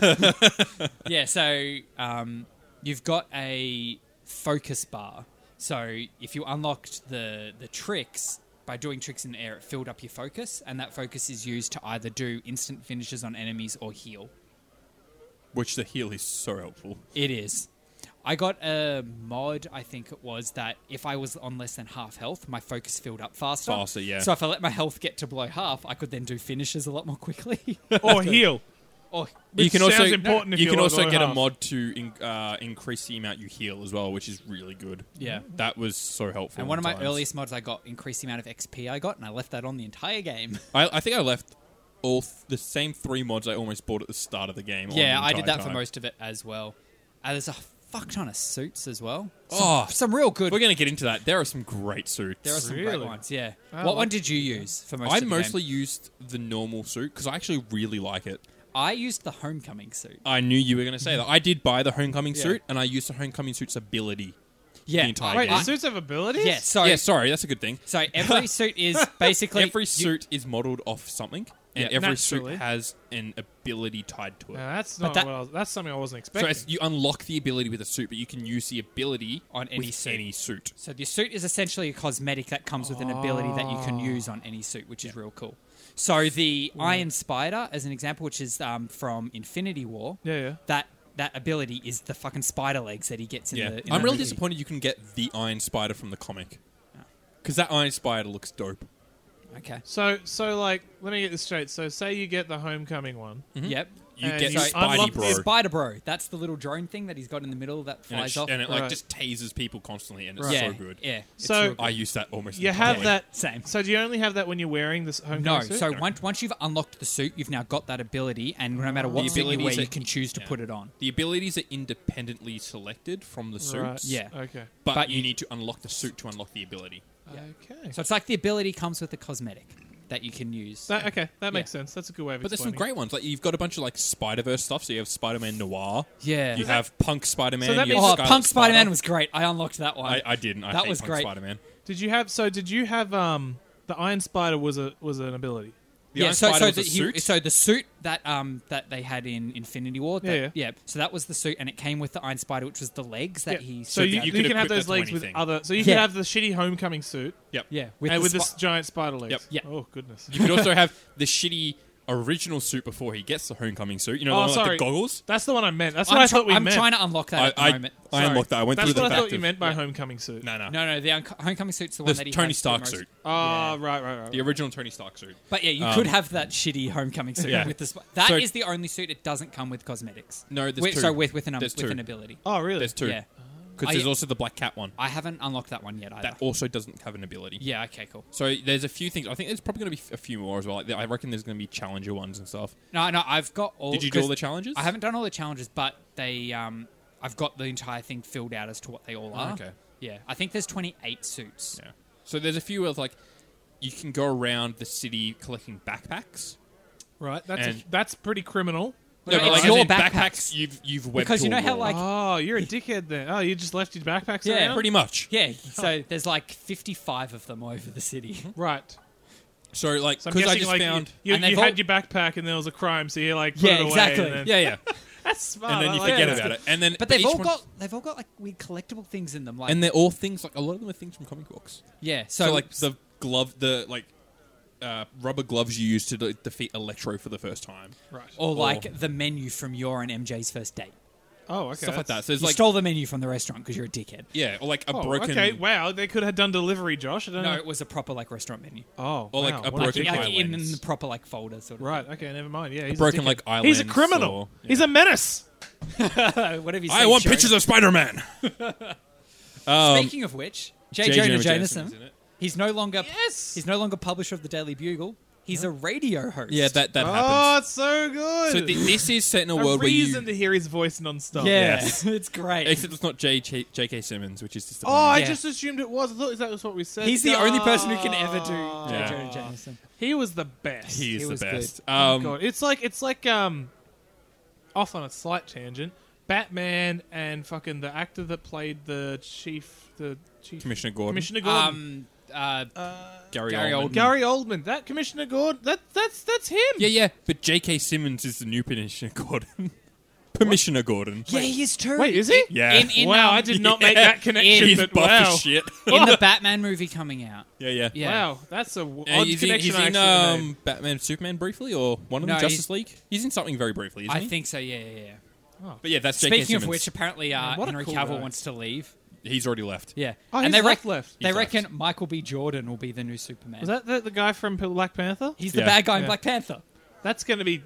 yeah, so um, you've got a focus bar. So if you unlocked the the tricks by doing tricks in the air, it filled up your focus, and that focus is used to either do instant finishes on enemies or heal.
which the heal is so helpful
It is. I got a mod, I think it was, that if I was on less than half health, my focus filled up faster.
Faster, yeah.
So if I let my health get to below half, I could then do finishes a lot more quickly.
or heel.
or
you can
sounds
also
important if
you
you're
can
low
also
on
get a
health.
mod to in, uh, increase the amount you heal as well, which is really good.
Yeah.
that was so helpful.
And one of my
times.
earliest mods I got increased the amount of XP I got, and I left that on the entire game.
I, I think I left all th- the same three mods I almost bought at the start of the game. on
yeah,
the
I did
entire
that for
time.
most of it as well. Uh, there's a fuck ton of suits as well. Some,
Oh.
some real good.
We're going to get into that. There are some great suits.
there are some
Really?
great ones. Yeah.
I like-
what one did you use for most?
Oh, I
of the game?
mostly used the normal suit because I actually really like it.
I used the homecoming suit.
I knew you were going to say that. I did buy the homecoming
Yeah.
suit, and I used the homecoming suit's ability.
Yeah.
entire
Wait,
game.
I-
the suits have abilities?
yeah. So
yeah, sorry, that's a good thing.
So every suit is basically
every
you-
suit is modeled off something, and
Yeah,
every
naturally.
suit has an ability tied to it.
No, that's
But
not
that-
what I was, that's something I wasn't
So
expecting.
it's, you unlock the ability with a suit, but you can use the ability
On any
with
suit.
any suit.
so the suit is essentially a cosmetic that comes with an ability that you can use on any suit, which is real cool. So the Iron Spider, as an example, which is um, from Infinity War.
Yeah, yeah.
That that ability is the fucking spider legs that he gets in
Yeah,
the. In
I'm
the
really
movie.
disappointed you can get the Iron Spider from the comic because that Iron Spider looks dope.
Okay.
So, so like, let me get this straight. So, say you get the homecoming one.
Mm. Mm-hmm.
Yep.
You
And
get
you
Spidey
unlock
Bro,
the
Spider Bro. That's the little drone thing that he's got in the middle that
and it,
flies
sh-
off.
and it like
Right.
just tases people constantly, and it's
yeah.
so good.
Yeah. it's
So-
real good.
I use that almost.
You have
entirely.
that
Same.
So, do you only have that when you're wearing this homecoming
No,
suit?
so once once you've unlocked the suit, you've now got that ability, and no matter what
The
suit you
abilities
wear,
that-
you can choose to
yeah.
put it on.
The abilities are independently selected from the suits,
Right.
Yeah.
Okay.
but,
But
you,
you-
need to unlock the suit to unlock the ability.
Okay.
So it's like the ability comes with a cosmetic that you can use.
That, okay, that makes sense. That's a good way of
But there's some
explaining.
great ones. Like you've got a bunch of like Spider Verse stuff. So you have Spider Man Noir.
Yeah.
You have Punk Spider Man.
So that means-
oh, Punk Spider Man was great. I unlocked that one.
I, I didn't. I
That
hate
was
Punk
great.
Spider Man.
it. Did you have? So, did you have? Um, the Iron Spider was a was an ability.
The
yeah,
Iron
so,
Spider
so,
was
the,
a suit.
he, so the suit that um that they had in Infinity War, that,
Yeah,
So that was the suit, and it came with the Iron Spider, which was the legs that
Yeah.
he.
so
shot
you,
out.
you
could
can have
equip that
those
to
legs with
anything.
other. So you
Yeah.
can have the shitty homecoming suit
yep.
yeah, with,
and
the
with
spi-
this giant spider legs.
Yep.
Yeah.
Oh goodness.
You could also have the shitty original suit before he gets the homecoming suit. You know, the
Oh,
one with
sorry.
the goggles.
That's the one I meant. That's
I'm,
what I
try-
thought we
I'm
meant.
trying to unlock that
I,
at the
I,
moment.
I
Sorry.
unlocked that. I went
That's
through
what
the
I
fact
thought you
of-
meant by homecoming suit.
No, no,
No, no, the unco- homecoming suit's the
Ah. The
one that he
Tony
has the
Stark
most-
suit,
Oh, right, right, right.
the original Tony Stark suit.
But yeah, you could have that shitty homecoming suit
Yeah.
with the. Sp- That is
So-
the only suit it doesn't come with cosmetics.
No, there's
With-
two.
So with with an um,
There's
with
two.
an ability.
oh, really?
There's two.
Yeah,
Because
I-
there's also the Black Cat one
I haven't unlocked that one yet either.
that also doesn't have an ability.
yeah. Okay. Cool.
So there's a few things. I think there's probably going to be a few more as well. Like, I reckon there's going to be challenger ones and stuff.
No, no. I've got all.
Did you do all
'cause
the challenges?
I haven't done all the challenges, but they. Um, I've got the entire thing filled out as to what they all are.
Ah, okay.
Yeah, I think there's 28 suits.
Yeah. So there's a few of like, you can go around the city collecting backpacks.
right. That's a,
And-
that's pretty criminal.
No, but
but
it's
like, as
your
in
backpacks.
You've you've webbed
Because
to
you
a
know how,
wall.
like-
Oh, you're a dickhead then. Oh, you just left your backpacks
Yeah,
around.
pretty much.
Yeah. So there's like 55 of them over the city.
Mm-hmm.
right.
So like,
So I'm
because
guessing
I just
like
found.
you,
and
you,
they've
you
all-
had your backpack and there was a crime, so you like put
Yeah,
it away.
exactly.
And then,
yeah, yeah.
that's smart.
and then
Oh, I
you
like
forget
that.
about it. And then
But they've
each
all
one-
got they've all got like weird collectible things in them. Like
and they're all things like a lot of them are things from comic books.
yeah. So,
So, like the glove, the like uh, rubber gloves you use to de- defeat Electro for the first time.
Right.
or like
or-
the menu from your and MJ's first date.
Oh, okay.
stuff like that.
that's-
So it's
you
like
stole the menu from the restaurant because you're a dickhead.
yeah, or like a
Oh,
broken
Okay, wow, they could have done delivery, Josh. I don't
No,
know.
it was a proper like restaurant menu.
Oh,
Or, like,
wow,
a
what
broken
dickhead.
like in,
islands.
the proper like folder sort of.
Right. Okay. Never mind. Yeah, he's
broken
a dickhead.
like islands.
He's a criminal.
or- yeah.
He's a menace.
Right. Uh, Whatever you say.
I want
Sherry.
pictures of Spider Man.
Speaking of which, J.
J.
Jonah,
Jonah
Jameson.
Jameson's in it.
He's no longer.
Yes!
He's no longer publisher of the Daily Bugle. He's a radio host.
yeah, that that
Oh,
happens.
it's so good.
So thi- this is set in a,
a
world where you.
reason to hear his voice nonstop.
oh,
Yeah, it's great.
Except it's not J- J- J.K. Simmons, which is just.
Oh, I
Yeah.
just assumed it was. I thought that was what we said.
He's the only person who can ever do
God.
Yeah.
J. Jonah Jameson.
He was the best.
he
he
is the
was good.
best.
Oh,
Um,
God. It's like it's like um, off on a slight tangent. Batman and fucking the actor that played the chief, the chief
Commissioner Gordon.
Commissioner Gordon.
Um, uh,
Gary,
Gary
Oldman.
Oldman.
Gary Oldman, that Commissioner Gordon, that that's that's him.
Yeah, yeah, but J.K. Simmons is the new Commissioner Gordon. Commissioner Gordon.
yeah, he is too.
Wait, is he?
Yeah.
In- in-
wow,
um,
I did not make that connection.
He's
but
buff
wow,
as shit.
in the Batman movie coming out?
yeah, yeah.
Yeah.
wow, that's a w-
Yeah,
odd
he's in,
connection.
he's
I
in,
actually made.
um, Batman, Superman briefly, or one of
No,
them,
he's-
Justice League. He's in something very briefly, isn't
I
he?
think so. Yeah, yeah, yeah.
But yeah, that's J.K.
Speaking of
Simmons.
which, apparently uh,
Man, what a
Henry
cool
Cavill
guy.
wants to leave.
he's already left.
Yeah,
Oh,
and
he's
they
left,
reckon
left.
they
He's left.
reckon Michael B. Jordan will be the new Superman.
Was that the, the guy from Black Panther?
He's the
Yeah.
bad guy in
Yeah.
Black Panther.
That's going to be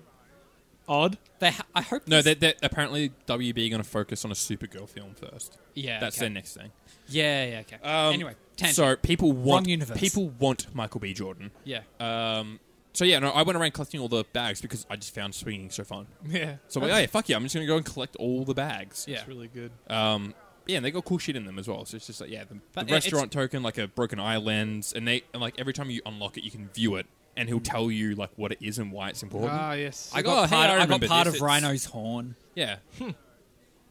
odd.
They, ha- I hope.
No,
this-
they're, they're apparently WB going to focus on a Supergirl film first.
Yeah,
that's
okay.
their next thing.
Yeah, yeah, okay.
Um,
anyway, tangent.
so people want
universe.
people want Michael B. Jordan.
Yeah.
Um, so yeah, no, I went around collecting all the bags because I just found swinging so fun.
Yeah.
So I'm like, oh yeah, fuck yeah, I'm just gonna go and collect all the bags.
yeah.
It's really good.
Um, yeah, and they got cool shit in them as well. So it's just like yeah, the,
But
the
it- it's-
restaurant token, like a broken eye lens, and they and like every time you unlock it, you can view it, and
Mm.
he'll tell you like what it is and why it's important.
Ah, yes.
I
Oh,
got
hey,
part,
I
I got
remember
part
this. It's-
of Rhino's horn.
yeah,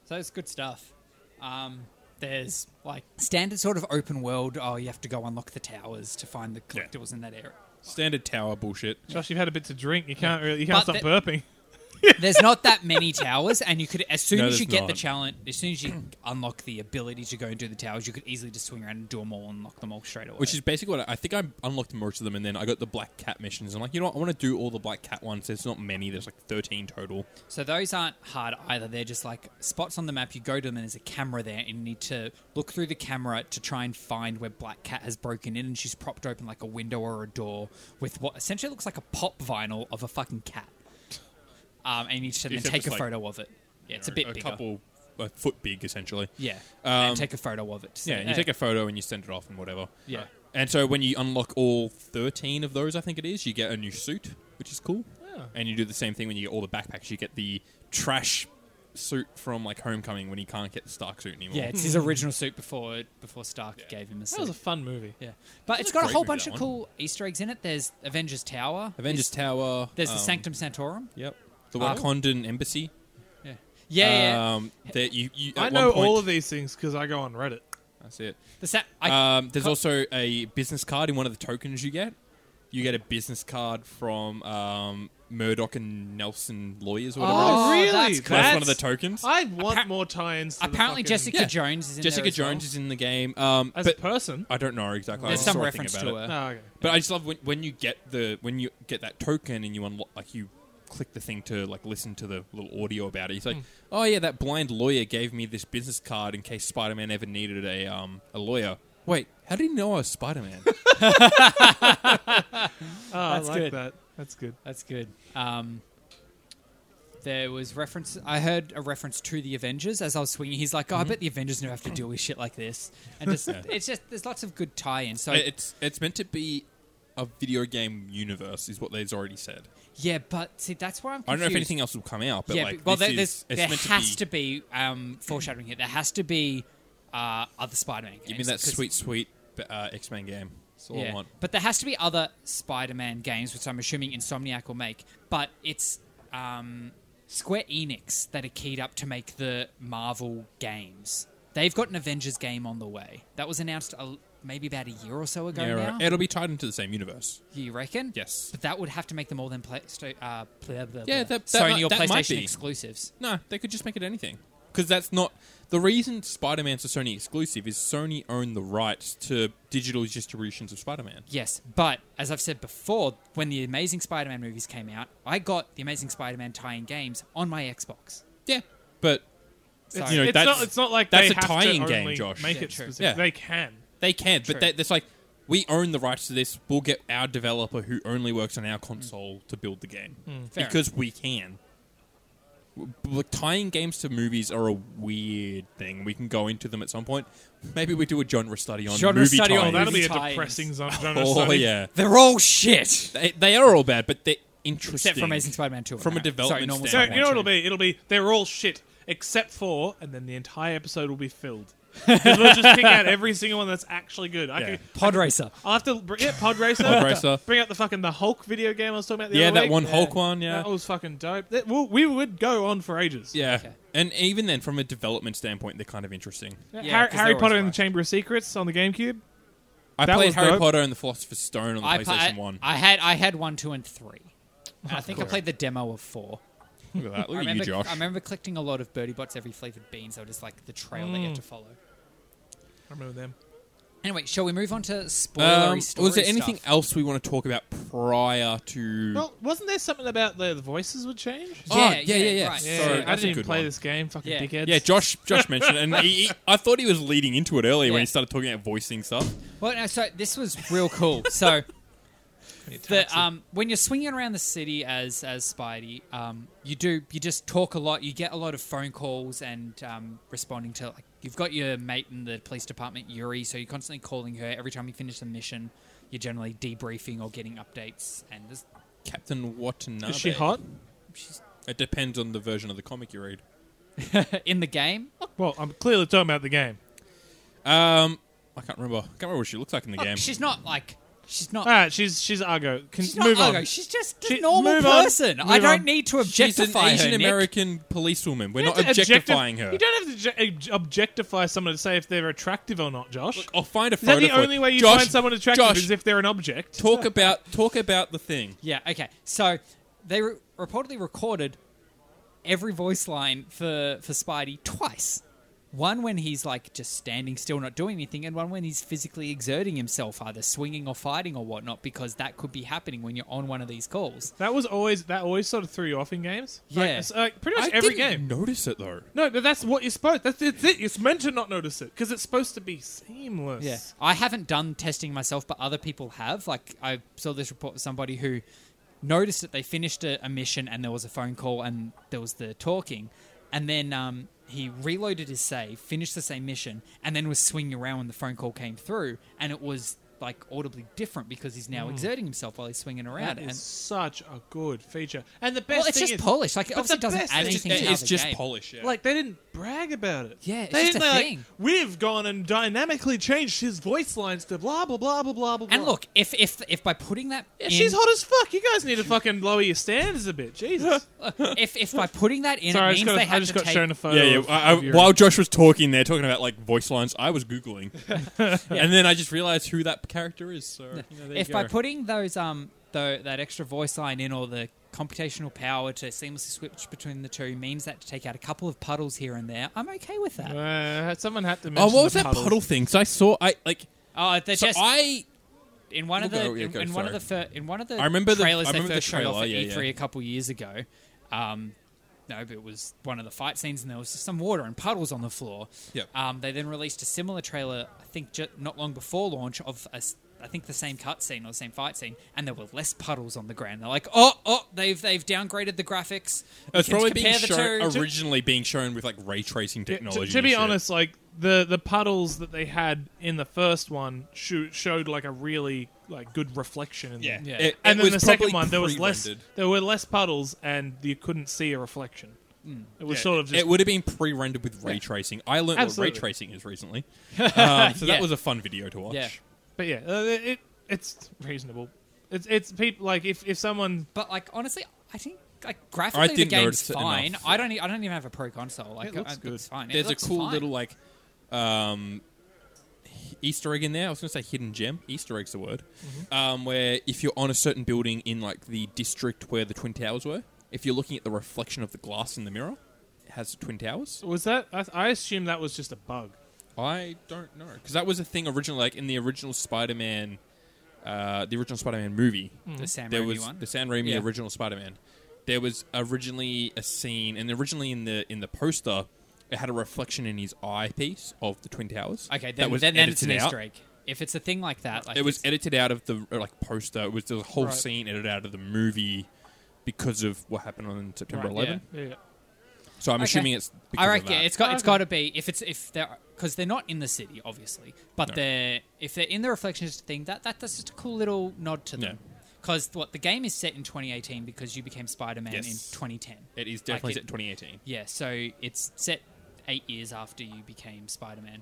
So it's good stuff. Um, there's like standard sort of open world. Oh, you have to go unlock the towers to find the
Yeah.
collectibles in that area.
standard tower bullshit.
Josh, you've had a bit to drink. You can't really. You can't
But
stop burping.
There's not that many towers, and you could as soon
No,
as you
there's
get the
not.
challenge, as soon as you unlock the ability to go and do the towers, you could easily just swing around and do them all and lock them all straight away.
Which is basically what I, I think I unlocked most of them, and then I got the black cat missions. I'm like, you know what? I want to do all the black cat ones. There's not many. There's like 13 total.
So those aren't hard either. They're just like spots on the map. You go to them and there's a camera there, and you need to look through the camera to try and find where Black Cat has broken in, and she's propped open like a window or a door with what essentially looks like a pop vinyl of a fucking cat. Um, and you need to then
Except
take
it's
a
like,
photo of it. Yeah, it's a bit
a
bigger.
couple, a foot big essentially.
Yeah,
Um,
and take a photo of it. to
Yeah,
say,
and you
"Hey."
take a photo and you send it off and whatever.
Yeah.
And so when you unlock all 13 of those, I think it is, you get a new suit, which is cool.
Yeah.
And you do the same thing when you get all the backpacks. You get the trash suit from like Homecoming when he can't get the Stark suit anymore.
Yeah, it's his original suit before before Stark
Hmm. Yeah.
gave him a
That
suit.
was a fun movie.
yeah, but it's
a
got a
great
whole
movie,
bunch
that
of
one.
cool Easter eggs in it. There's Avengers Tower.
Avengers Tower.
There's the
um,
Sanctum Sanctorum.
Yep. The
Oh.
Wakandan Embassy.
Yeah, yeah, yeah.
Um, that you, you,
I
at
know
one point-
all of these things because I go on Reddit.
That's it.
The sa- I,
Um, there's
co-
also a business card in one of the tokens you get. You get a business card from um, Murdoch and Nelson lawyers or whatever. it is.
Oh,
really?
that's
So that's one of the tokens.
I want
Appa-
more tie-ins. To the
apparently
fucking-
Jessica
Yeah.
Jones is in
Jessica
there as well.
Jones is in the game, um,
as
but
a person.
Oh,
I don't know exactly.
There's
I
some
saw a thing
reference
about
to
it.
her.
Oh, okay.
But I just love when, when you get the when you get that token and you unlock like you click the thing to like listen to the little audio about it. He's like,
Hmm.
oh yeah, that blind lawyer gave me this business card in case Spider Man ever needed a um a lawyer. Wait, how did he know I was Spider Man?
Oh,
That's
I like
good.
that. That's good.
That's good. Um, there was reference. I heard a reference to the Avengers as I was swinging. He's like, "Oh,
Mm-hmm.
I bet the Avengers never have to deal with shit like this." And just, it's just there's lots of good tie-in. So
it's it's meant to be a video game universe, is what they've already said.
yeah, but see, that's where I'm. Confused.
I don't know if anything else will come out, but
yeah,
like,
but- well,
this
there,
is-
there's,
it's
there
meant
has
to
to be, um, foreshadowing here. There has to be uh, other Spider-Man. Games
be. Give me that
'cause-
sweet, sweet uh, X Men game. That's all I want.
But there has to be other Spider-Man games, which I'm assuming Insomniac will make. But it's um, Square Enix that are keyed up to make the Marvel games. They've got an Avengers game on the way. That was announced a, maybe about a year or so ago
Yeah,
now.
right. It'll be tied into the same universe.
You reckon?
Yes.
But that would have to make them all then play, sto- uh, blah, blah,
Yeah,
blah.
that- that
Sony
might-
or
that might
PlayStation
be.
exclusives.
No, they could just make it anything. Because that's not the reason Spider-Man's a Sony exclusive is Sony owned the rights to digital distributions of Spider-Man.
Yes, but as I've said before, when the Amazing Spider-Man movies came out, I got the Amazing Spider-Man tie-in games on my Xbox.
Yeah, but
Sorry.
you know,
it's
that's-
not. It's not like
that's
they
a
have
tying
to
game,
only
Josh.
Make
Yeah,
it
true.
specific.
Yeah.
They can.
They can,
True.
but they, that's like we own the rights to this. We'll get our developer who only works on our console to build the game
Hmm, Fair.
because we can. W- Like tying games to movies are a weird thing. We can go into them at some point. Maybe we do a genre study on
Genre
movie
study on
tie-ins.
Oh, that'll be a
Tie-ins.
depressing zone.
Oh yeah,
They're all shit.
they, they are all bad, but they're interesting.
Except for Amazing Spider-Man 2.
From a
No, sorry,
development
normal
So
standpoint.
you
Spider-Man
know what
2.
it'll be? It'll be they're all shit except for, and then the entire episode will be filled. 'Cause They'll just pick out every single one that's actually good. I
Yeah.
could,
Pod Racer.
I'll have to br- yeah, Pod Racer.
Pod Racer.
Bring out the fucking the Hulk video game I was talking about. The
yeah,
other
that
week.
one Hulk one. Yeah,
That was fucking dope. That, well, we would go on for ages.
yeah.
Okay.
And even then, from a development standpoint, they're kind of interesting.
Har-
Yeah,
Harry,
'cause they're
Potter
always
and the
right.
Chamber of Secrets on the GameCube.
I
That
played
was
Harry
dope.
Potter and the Philosopher's Stone on the
I, pla-
PlayStation One. Oh,
I had I had one, two, and three. I think I played the demo of four.
Look at that. Look
I
at
remember,
you, Josh.
I remember collecting a lot of birdie bots every flavored bean, so just like the trail they
Mm.
had to follow.
I remember them.
Anyway, shall we move on to spoilery
Um,
story
was there anything
stuff?
else we want to talk about prior to?
Well, wasn't there something about the, the voices would change?
Oh,
Yeah,
yeah,
yeah,
yeah, yeah.
right.
So
I
Yeah,
that's
didn't
a
even
good
play
one.
this game. Fucking
Yeah.
dickheads.
Yeah, Josh. Josh mentioned, it, and he, he, I thought he was leading into it earlier
Yeah.
when he started talking about voicing stuff.
Well, no, so this was real cool. So, the, um, when you're swinging around the city as as Spidey, um, you do you just talk a lot. You get a lot of phone calls and um, responding to like you've got your mate in the police department, Yuri. So you're constantly calling her every time you finish a mission. You're generally debriefing or getting updates, and there's
Captain Watanabe.
Is she hot?
It depends on the version of the comic you read.
in the game. Oh,
Well, I'm clearly talking about the game.
Um, I can't remember. I can't remember what she looks like in the
Oh,
Look,
game.
she's not like she's not.
All right, she's she's Argo. Can,
she's not
move
Argo.
on.
She's just a
She-
normal
move on.
person. I
Move
don't
on.
need to
She's an
objectify
Asian
her. Nick.
American policewoman. We're
You
not
don't have to objecti-
objectifying her.
You don't have to obje- objectify someone to say if they're attractive or not, Josh.
I'll find a
is
photo.
that the
for you.
only way you
Josh,
find someone attractive
Josh,
is if they're an object?
talk about talk about the thing.
Yeah, okay. So they re- reportedly recorded every voice line for, for Spidey twice. One when he's like just standing still, not doing anything, and one when he's physically exerting himself, either swinging or fighting or whatnot, because that could be happening when you're on one of these calls.
that was always that always sort of threw you off in games. Like,
Yeah.
it's, like, pretty much
I
every game.
didn't Notice it though.
No, but that's what you're supposed. That's it's it. It's meant to not notice it because it's supposed to be seamless.
Yeah, I haven't done testing myself, but other people have. Like I saw this report of somebody who noticed that they finished a, a mission and there was a phone call and there was the talking, and then um, he reloaded his save, finished the same mission, and then was swinging around when the phone call came through, and it was like audibly different because he's now exerting himself while he's swinging around.
Hmm. That
and
is such a good feature. And the best
well, it's
thing
just
is,
polished. Like it
but
obviously
the
doesn't
best
add
is
anything
just-
to
It-
how
it's
the
just
game.
polish. Yeah.
Like they didn't brag about it.
Yeah, it's
they
just
didn't
a
like,
thing.
We've gone and dynamically changed his voice lines to blah blah blah blah blah blah.
And
blah."
look, if if if by putting that,
Yeah,
in,
she's hot as fuck. You guys need to fucking lower your standards a bit. Jesus.
If if by putting that in,
Sorry, I
it means
just got,
they had
I just
to
got
take
shown a photo.
Yeah, yeah.
Of,
I, I,
of your-
while Josh was talking there, talking about like voice lines, I was googling, and then I just realized who that character is. So you know, there
if
you
by
go.
putting those um tho- that extra voice line in or the computational power to seamlessly switch between the two means that to take out a couple of puddles here and there, I'm okay with that.
Uh, someone had to
oh,
mention
what was
the
that
puddles.
puddle thing? Because I saw I like
Oh, they're
so
just
I
in one of the
Go, yeah,
in,
go,
in one of
sorry.
the fir- in one of the
I remember the-
trailers
I
they
remember the
first showed off
trailer,
at
yeah,
E3
yeah.
a couple years ago. Um, no, but it was one of the fight scenes, and there was just some water and puddles on the floor.
Yep.
Um, they then released a similar trailer, I think, ju- not long before launch of a s I think the same cutscene or the same fight scene, and there were less puddles on the ground. They're like, oh, oh, they've they've downgraded the graphics. We
it's
can
probably being
compare the
shown
two.
originally being shown with like ray tracing
Yeah, to-
technology.
To,
and
be
shit.
honest, like the the puddles that they had in the first one sho- showed like a really like good reflection in
yeah,
them.
Yeah.
It-
And
it
then
was
the second
probably
one, there was less.
pre-rendered.
There were less puddles, and you couldn't see a reflection. Hmm. It was
Yeah,
sort of just
it would have been pre-rendered with ray tracing. I learned what
Absolutely.
ray tracing is recently, um, so
Yeah.
that was a fun video to watch.
Yeah.
But yeah, uh, it, it it's reasonable. It's it's people like if if someone
But like, honestly, I think like graphically the
didn't
game's
notice it
fine.
enough.
I don't e- I don't even have a pro console. Like,
It looks
I-
good.
It's fine. It
There's a
looks
cool
fine.
little like um, h- Easter egg in there. I was going to say hidden gem. Easter egg's the word. Um, where if you're on a certain building in like the district where the twin towers were, if you're looking at the reflection of the glass in the mirror, it has the twin towers.
was that I, I assume that was just a bug.
I don't know because that was a thing originally, like in the original Spider-Man, uh, the original Spider-Man movie.
the Sam
there
Raimi
was
one.
the San Raimi
Yeah.
original Spider-Man. There was originally a scene, and originally in the in the poster, It had a reflection in his eyepiece of the Twin Towers.
Okay,
that
then,
was
then, then it's an
edited out.
Easter egg. If it's a thing like that, like
It was
it's-
edited out of the uh, like poster. It was the whole
Right.
scene edited out of the movie because of what happened on September
Right,
11.
Yeah.
So I'm
Okay.
assuming it's. Because
I
of
reckon
that.
it's got it's
Okay.
got to be if it's if they're because they're not in the city obviously, but
No.
they're if they're in the reflectionist thing that, that that's just a cool little nod to them. Because what the game is set in 2018 because you became Spider Man in
Yes.
2010.
It is definitely
Like it-
set in 2018.
Yeah, so it's set eight years after you became Spider Man.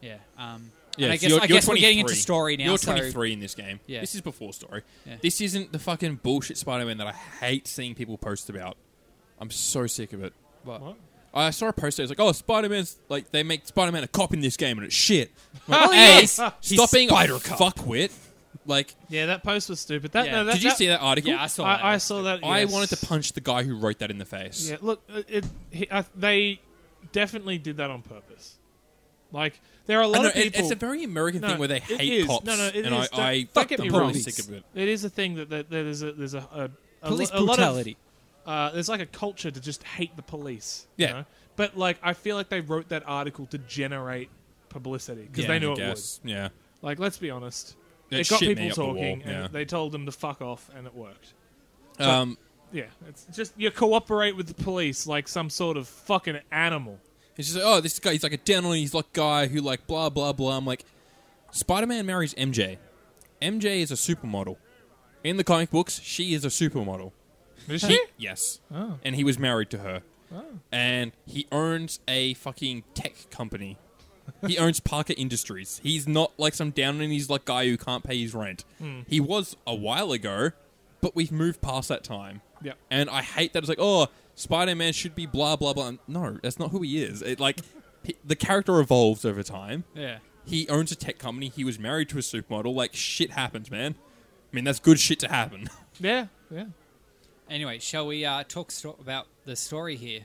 Yeah. Um,
Yeah,
and I
so
guess,
you're-
I
you're
guess we're getting into
23.
story now.
You're
so-
23 in this game.
Yeah.
This is before story.
Yeah.
This isn't the fucking bullshit Spider-Man that I hate seeing people post about. I'm so sick of it.
What?
What?
I saw a post that was like, "Oh, Spider-Man's like they make Spider-Man a cop in this game, and it's shit." I'm Like,
Well,
hey,
Oh, yes. He's
stop being a
Spider-Cop.
fuckwit. Like,
Yeah, that post was stupid. That,
Yeah.
no, that,
did you see that article?
Yeah, I saw that.
I, I saw that.
I
yes.
wanted to punch the guy who wrote that in the face.
Yeah, look, it, it, he- I, they definitely did that on purpose. Like there are a
I
lot
know,
of
it-
people.
it's a very American
No,
thing where they
it
hate
is.
cops,
No, no, it
and
is. Don't-
I, I
don't get
am
me
totally
wrong.
sick of it.
it is a thing that, that, that there's a there's a, a, a
Police
lo- a lot of-
brutality.
uh, there's like a culture to just hate the police.
Yeah.
You know? But like, I feel like they wrote that article to generate publicity because
Yeah,
they knew
I
it
guess. Yeah,
would. Like, let's be honest.
It
it got
shit
people
me up the wall,
talking,
yeah.
and they told them to fuck off, and it worked.
um,
Yeah, it's just you cooperate with the police like some sort of fucking animal.
It's just like, oh, this guy, he's like a down on his luck guy who like blah blah blah. I'm like, Spider Man marries MJ. MJ is a supermodel. In the comic books, she is a supermodel.
Is
He- yes,
Oh.
and he was married to her, and he owns a fucking tech company. he owns Parker Industries. He's not like some down on his luck guy who can't pay his rent.
Hmm.
He was a while ago, but we've moved past that time.
Yep.
And I hate that it's like, oh, Spider Man should be blah, blah, blah. No, that's not who he is. It, like, he- the character evolves over time.
Yeah.
He owns a tech company. He was married to a supermodel. Like, shit happens, man. I mean, that's good shit to happen.
Yeah, yeah.
Anyway, shall we uh, talk sto- about the story here?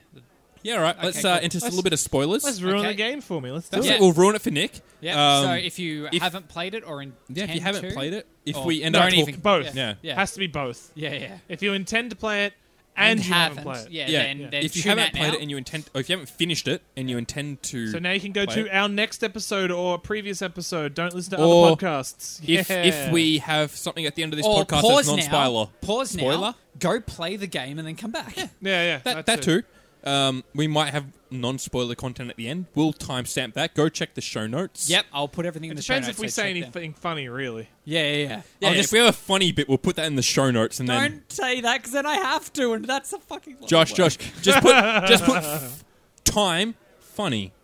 yeah, all right.
Okay,
let's
cool.
uh, enter a little bit of spoilers.
Let's ruin
Okay.
the game for me. Let's do
That's
it.
it. We'll ruin it for Nick.
Yeah. so
Um,
if you
if-
haven't played it or in
yeah, if you haven't played it, if
or-
we end
no,
up
anything.
talking,
Both.
Yeah.
yeah,
Has to be both.
yeah, yeah.
If you intend to play it and, you haven't,
haven't,
played it.
yeah,
yeah,
Then,
yeah.
then
if you
tune
haven't
out
played
now.
it and you intend, or if you haven't finished it and you intend to,
So now you can go
Play
to
it.
our next episode or previous episode. Don't listen to
Or
other podcasts.
if
Yeah.
if we have something at the end of this
or
podcast
pause
that's non-spoiler,
now, pause
spoiler,
now, go play the game and then come back.
yeah, yeah,
that that
that's it.
too. Um, we might have non-spoiler content at the end. We'll timestamp that. Go check the show notes.
Yep, I'll put everything
It
in the
depends
show
if we
notes, so
say
check them.
anything funny, really.
Yeah, yeah, yeah.
Yeah,
I'll
if
just
Oh, we have a funny bit, we'll put that in the show notes, and then
don't say that because then I have to, and that's a fucking. lot of
Josh,
work.
Josh, just put just put f- time funny.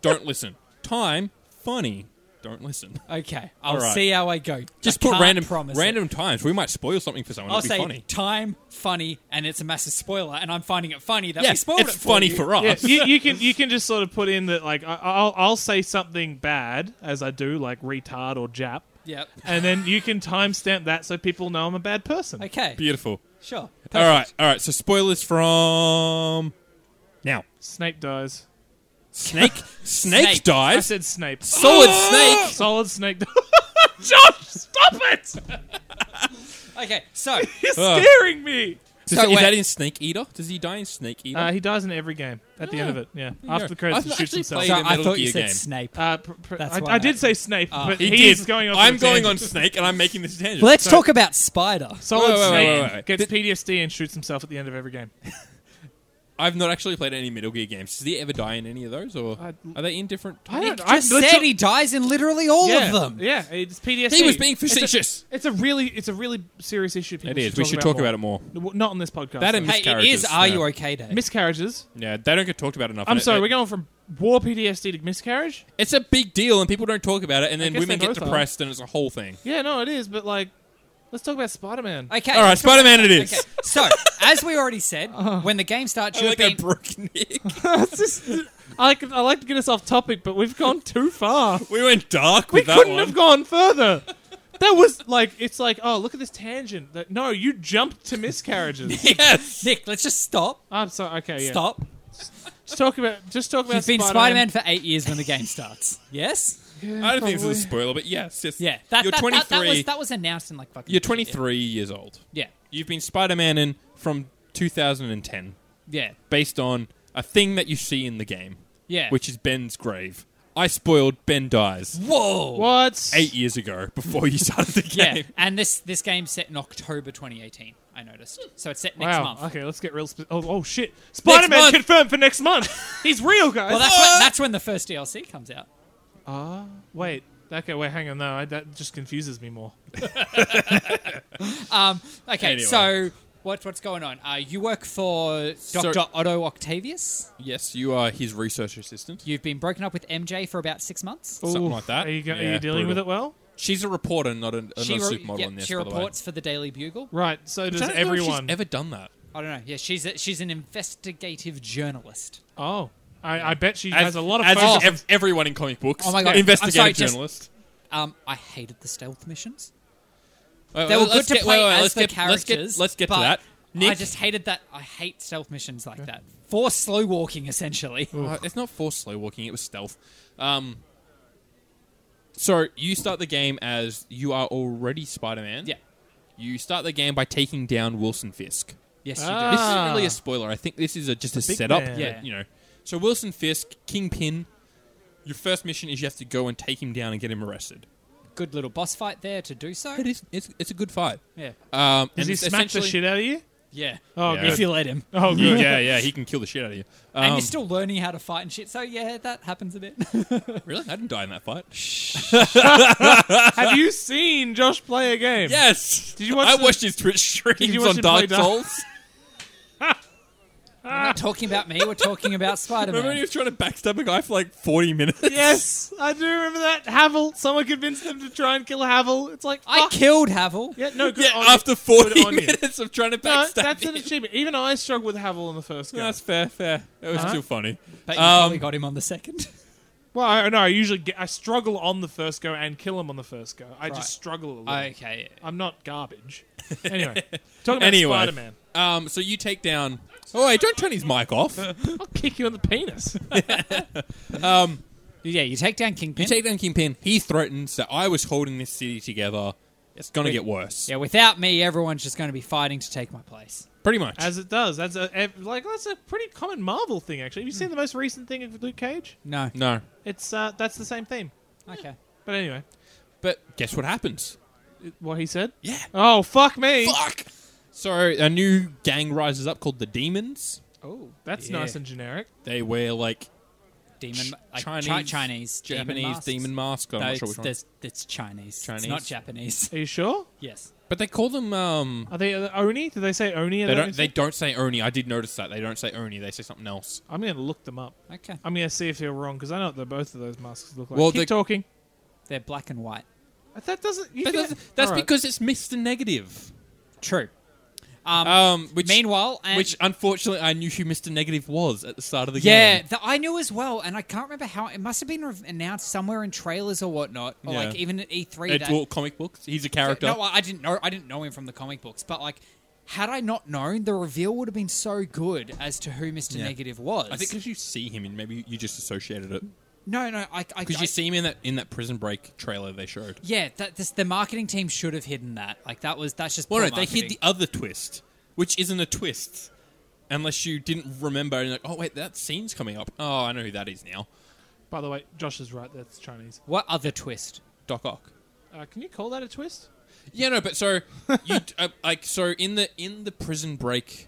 Don't listen. Time funny. Don't listen.
Okay, I'll
All right.
see how I go.
Just
I
put
can't
random
promise it.
random times. We might spoil something for someone.
I'll
It'll be
say
funny.
time funny, and it's a massive spoiler, and I'm finding it funny that
Yeah,
we
it's
spoiled it. for
funny
you.
for us.
Yeah, you, you can you can just sort of put in that like I, I'll I'll say something bad as I do like retard or Jap,
Yep.
and then you can timestamp that so people know I'm a bad person.
Okay.
Beautiful.
Sure.
All right, all right. So spoilers from now.
Snape dies.
Snake, snake,
Snake.
I
dies. Oh!
said Snape.
Solid snake.
Solid Snake. Josh, stop it!
Perfect. Okay. So
You're
Ugh.
scaring me.
Does-
So
is that
wait.
in Snake Eater? Does he die in Snake Eater?
Uh, he dies in every game at the end of it. Yeah,
go.
after the credits,
I've
he shoots
actually
himself.
played
so
a
I
Metal
thought you
Gear
said
game.
Snape.
Uh, pr- pr-
That's
I,
why
I
I
did
know.
say Snape,
Ah.
but
He
he,
did.
is going on.
I'm
a
going
tangent.
on Snake, and I'm making this tangent.
Let's
So-
talk about Spider.
Solid
Wait, wait,
Snake
wait, wait, wait.
gets PTSD and shoots himself at the end of every game.
I've not actually played any Metal Gear games. Does he ever die in any of those, or
I-
are they in different?
I
Nick
don't- I
just said
literally-
he dies in literally all
yeah,
of them.
Yeah, it's PTSD.
He was being
It's a-
facetious.
It's a, really, it's a really serious issue. People
It is. We should talk about it more.
W- Not on this podcast.
That
though.
and-
Hey, it
Miscarriages,
is. Are
yeah.
you okay, Dave?
miscarriages.
Yeah, they don't get talked about enough.
I'm
and it-
sorry,
it-
we're going from war PTSD to miscarriage.
It's a big deal, and people don't talk about it, and then
guess
women
they
get
both are.
depressed, and it's a whole thing.
Yeah, no, it is. But like, let's talk about Spider-Man.
okay.
All right, Spider Man, it is.
Okay. So as we already said, when the game starts,
I
you've
like
been
a broken neck.
It's just- I like, I like to get us off topic, but we've gone too far.
We went dark
We
with that
couldn't
one.
have gone further. That was like, it's like, oh, look at this tangent. That no, you jumped to miscarriages.
yes.
Nick. Let's just stop.
I'm sorry. Okay, yeah.
Stop.
Just talk about. Just talk about.
You've been Spider
Spider-Man.
Man for eight years when the game starts. Yes?
I don't think this is a spoiler, but yes, yes.
Yeah. That,
you're
that-
23.
that- That, was, that was announced in like fucking.
you're 23 years old.
Yeah.
You've been Spider Man in from 2010,
Yeah.
based on a thing that you see in the game.
Yeah.
Which is Ben's grave. I spoiled Ben dies
Whoa.
What?
eight years ago before you started the game.
Yeah, and this this game's set in October 2018. I noticed, so it's set next
Wow.
month.
Okay, let's get real. Spe- oh, oh shit! Spider Man
month.
confirmed for next month. He's real, guys.
Well, that's when, that's when the first DLC comes out.
wait. Okay, wait, hang on. No, I, that just confuses me more.
Okay,
Anyway.
so what what's going on? Uh, you work for Doctor Otto Octavius.
Yes, you are his research assistant.
You've been broken up with MJ for about six months.
Something
Ooh,
like that.
Are you, go- are
Yeah,
you dealing with
brutal.
it well?
She's a reporter, not a, not a
re-
supermodel
yeah,
in this.
she
by the way.
reports for the Daily Bugle.
Right. So
Which
does
I don't know if she's
everyone?
ever done that?
I don't know. Yeah, she's a, she's an investigative journalist.
oh, I, I bet she has a lot of
as
focus.
is ev- everyone in comic books.
Oh my God.
Investigative
I'm sorry, just-
journalist.
Um, I hated the stealth missions.
Wait,
They were
wait,
good
Uh, let's
to
get-
play
wait, wait,
as
let's
the
get- let's get-
characters.
Let's get to
but
that. Nick,
I just hated that. I hate stealth missions like that. For slow walking, essentially.
Uh, it's not forced slow walking. It was stealth. Um, so you start the game as you are already Spider-Man.
Yeah.
You start the game by taking down Wilson Fisk.
Yes, you
Ah.
do.
This isn't really a spoiler. I think this is a, just a
big
setup.
man.
Yeah.
Yeah. You know. So Wilson Fisk, Kingpin. Your first mission is you have to go and take him down and get him arrested.
Good little boss fight there to do so.
It is. It's, it's a good fight.
Yeah.
Does
Um, and
he
it's
smack the
essentially-
shit out of you?
Yeah.
Oh,
Yeah.
good.
If you let him.
oh, good.
Yeah, yeah, he can kill the shit out of you. Um,
and you're still learning how to fight and shit, so yeah, that happens a bit.
really? I didn't die in that fight.
Have you seen Josh play a game?
Yes.
Did you watch
I
the-
watched his Twitch streams
you watch
on
him play
Dark
Dark-
Souls.
We're not talking about me, we're talking about Spider
Remember when he
Man.
was trying to backstab a guy for like 40 minutes?
Yes, I do remember that. Havel. Someone convinced him to try and kill Havel. It's like
I
fuck.
killed Havel.
Ah. Yeah, no, good
Yeah,
on you.
after
Good
40
on you.
minutes of trying to
No,
backstab
that's
him.
an achievement. Even I struggled with Havel in the first
No,
game.
that's fair, fair. It was
Uh-huh.
still funny.
But you
Um,
probably got him on the second.
Well, I, no, I usually get, I struggle on the first go and kill him on the first go. I
Right.
just struggle a little.
okay.
I'm not garbage. Anyway, talking about
Anyway.
Spider-Man,
Um, so you take down. Oh, wait, don't turn his mic off.
I'll kick you in the penis.
Yeah, you take down Kingpin.
You take down Kingpin. He threatens that I was holding this city together. It's going to get worse.
yeah, without me, everyone's just going to be fighting to take my place.
Pretty much.
As it does. That's a ev- like that's a pretty common Marvel thing actually. Have you seen
Hmm.
the most recent thing of Luke Cage?
No.
no.
It's uh, that's the same theme.
Okay.
But anyway,
But guess what happens?
it- what he said.
Yeah.
Oh fuck me.
Fuck! So a new gang rises up called the Demons.
Oh, that's
Yeah.
nice and generic.
They wear like
Demon.
Ch-
like, Chinese.
Chinese,
Chinese. demon
Japanese
masks.
demon mask. I'm
No,
not sure
it's,
which one.
there's- it's Chinese. It's
Chinese.
not Japanese.
Are you sure?
Yes.
But they call them. Um,
Are they uh, Oni? Did they say Oni? in
they
that
don't. They
episode?
don't say Oni. I did notice that they don't say Oni. They say something else.
I'm gonna look them up.
Okay.
I'm gonna see if they're wrong because I know what the- both of those masks look like.
Well,
Keep
the-
talking. Uh,
They're black and white.
That doesn't. You
But
think-
that's, that's
All right.
because it's Mister Negative.
True.
Um, which
Meanwhile, and
which unfortunately I knew who Mister Negative was at the start of the
Yeah,
game.
that I knew as well, and I can't remember how it must have been re- announced somewhere in trailers or whatnot, or
Yeah.
like even at E three.
It's all comic books. He's a character.
No, I I didn't know. I didn't know him from the comic books, but like, had I not known, the reveal would have been so good as to who Mister
Yeah.
Negative was.
I think because you see him and maybe you just associated it
no, no, I, I,
because
I-
you see him in that in that Prison Break trailer they showed.
yeah, that this, the marketing team should have hidden that. Like that was that's just.
Well,
poor
no, they hid
marketing.
the other twist, which isn't a twist, unless you didn't remember and you're like, oh wait, that scene's coming up. Oh, I know who that is now.
By the way, Josh is right. That's Chinese.
what other twist?
Doc Ock.
Uh, can you call that a twist?
Yeah, no, but so you uh, like so in the in the Prison Break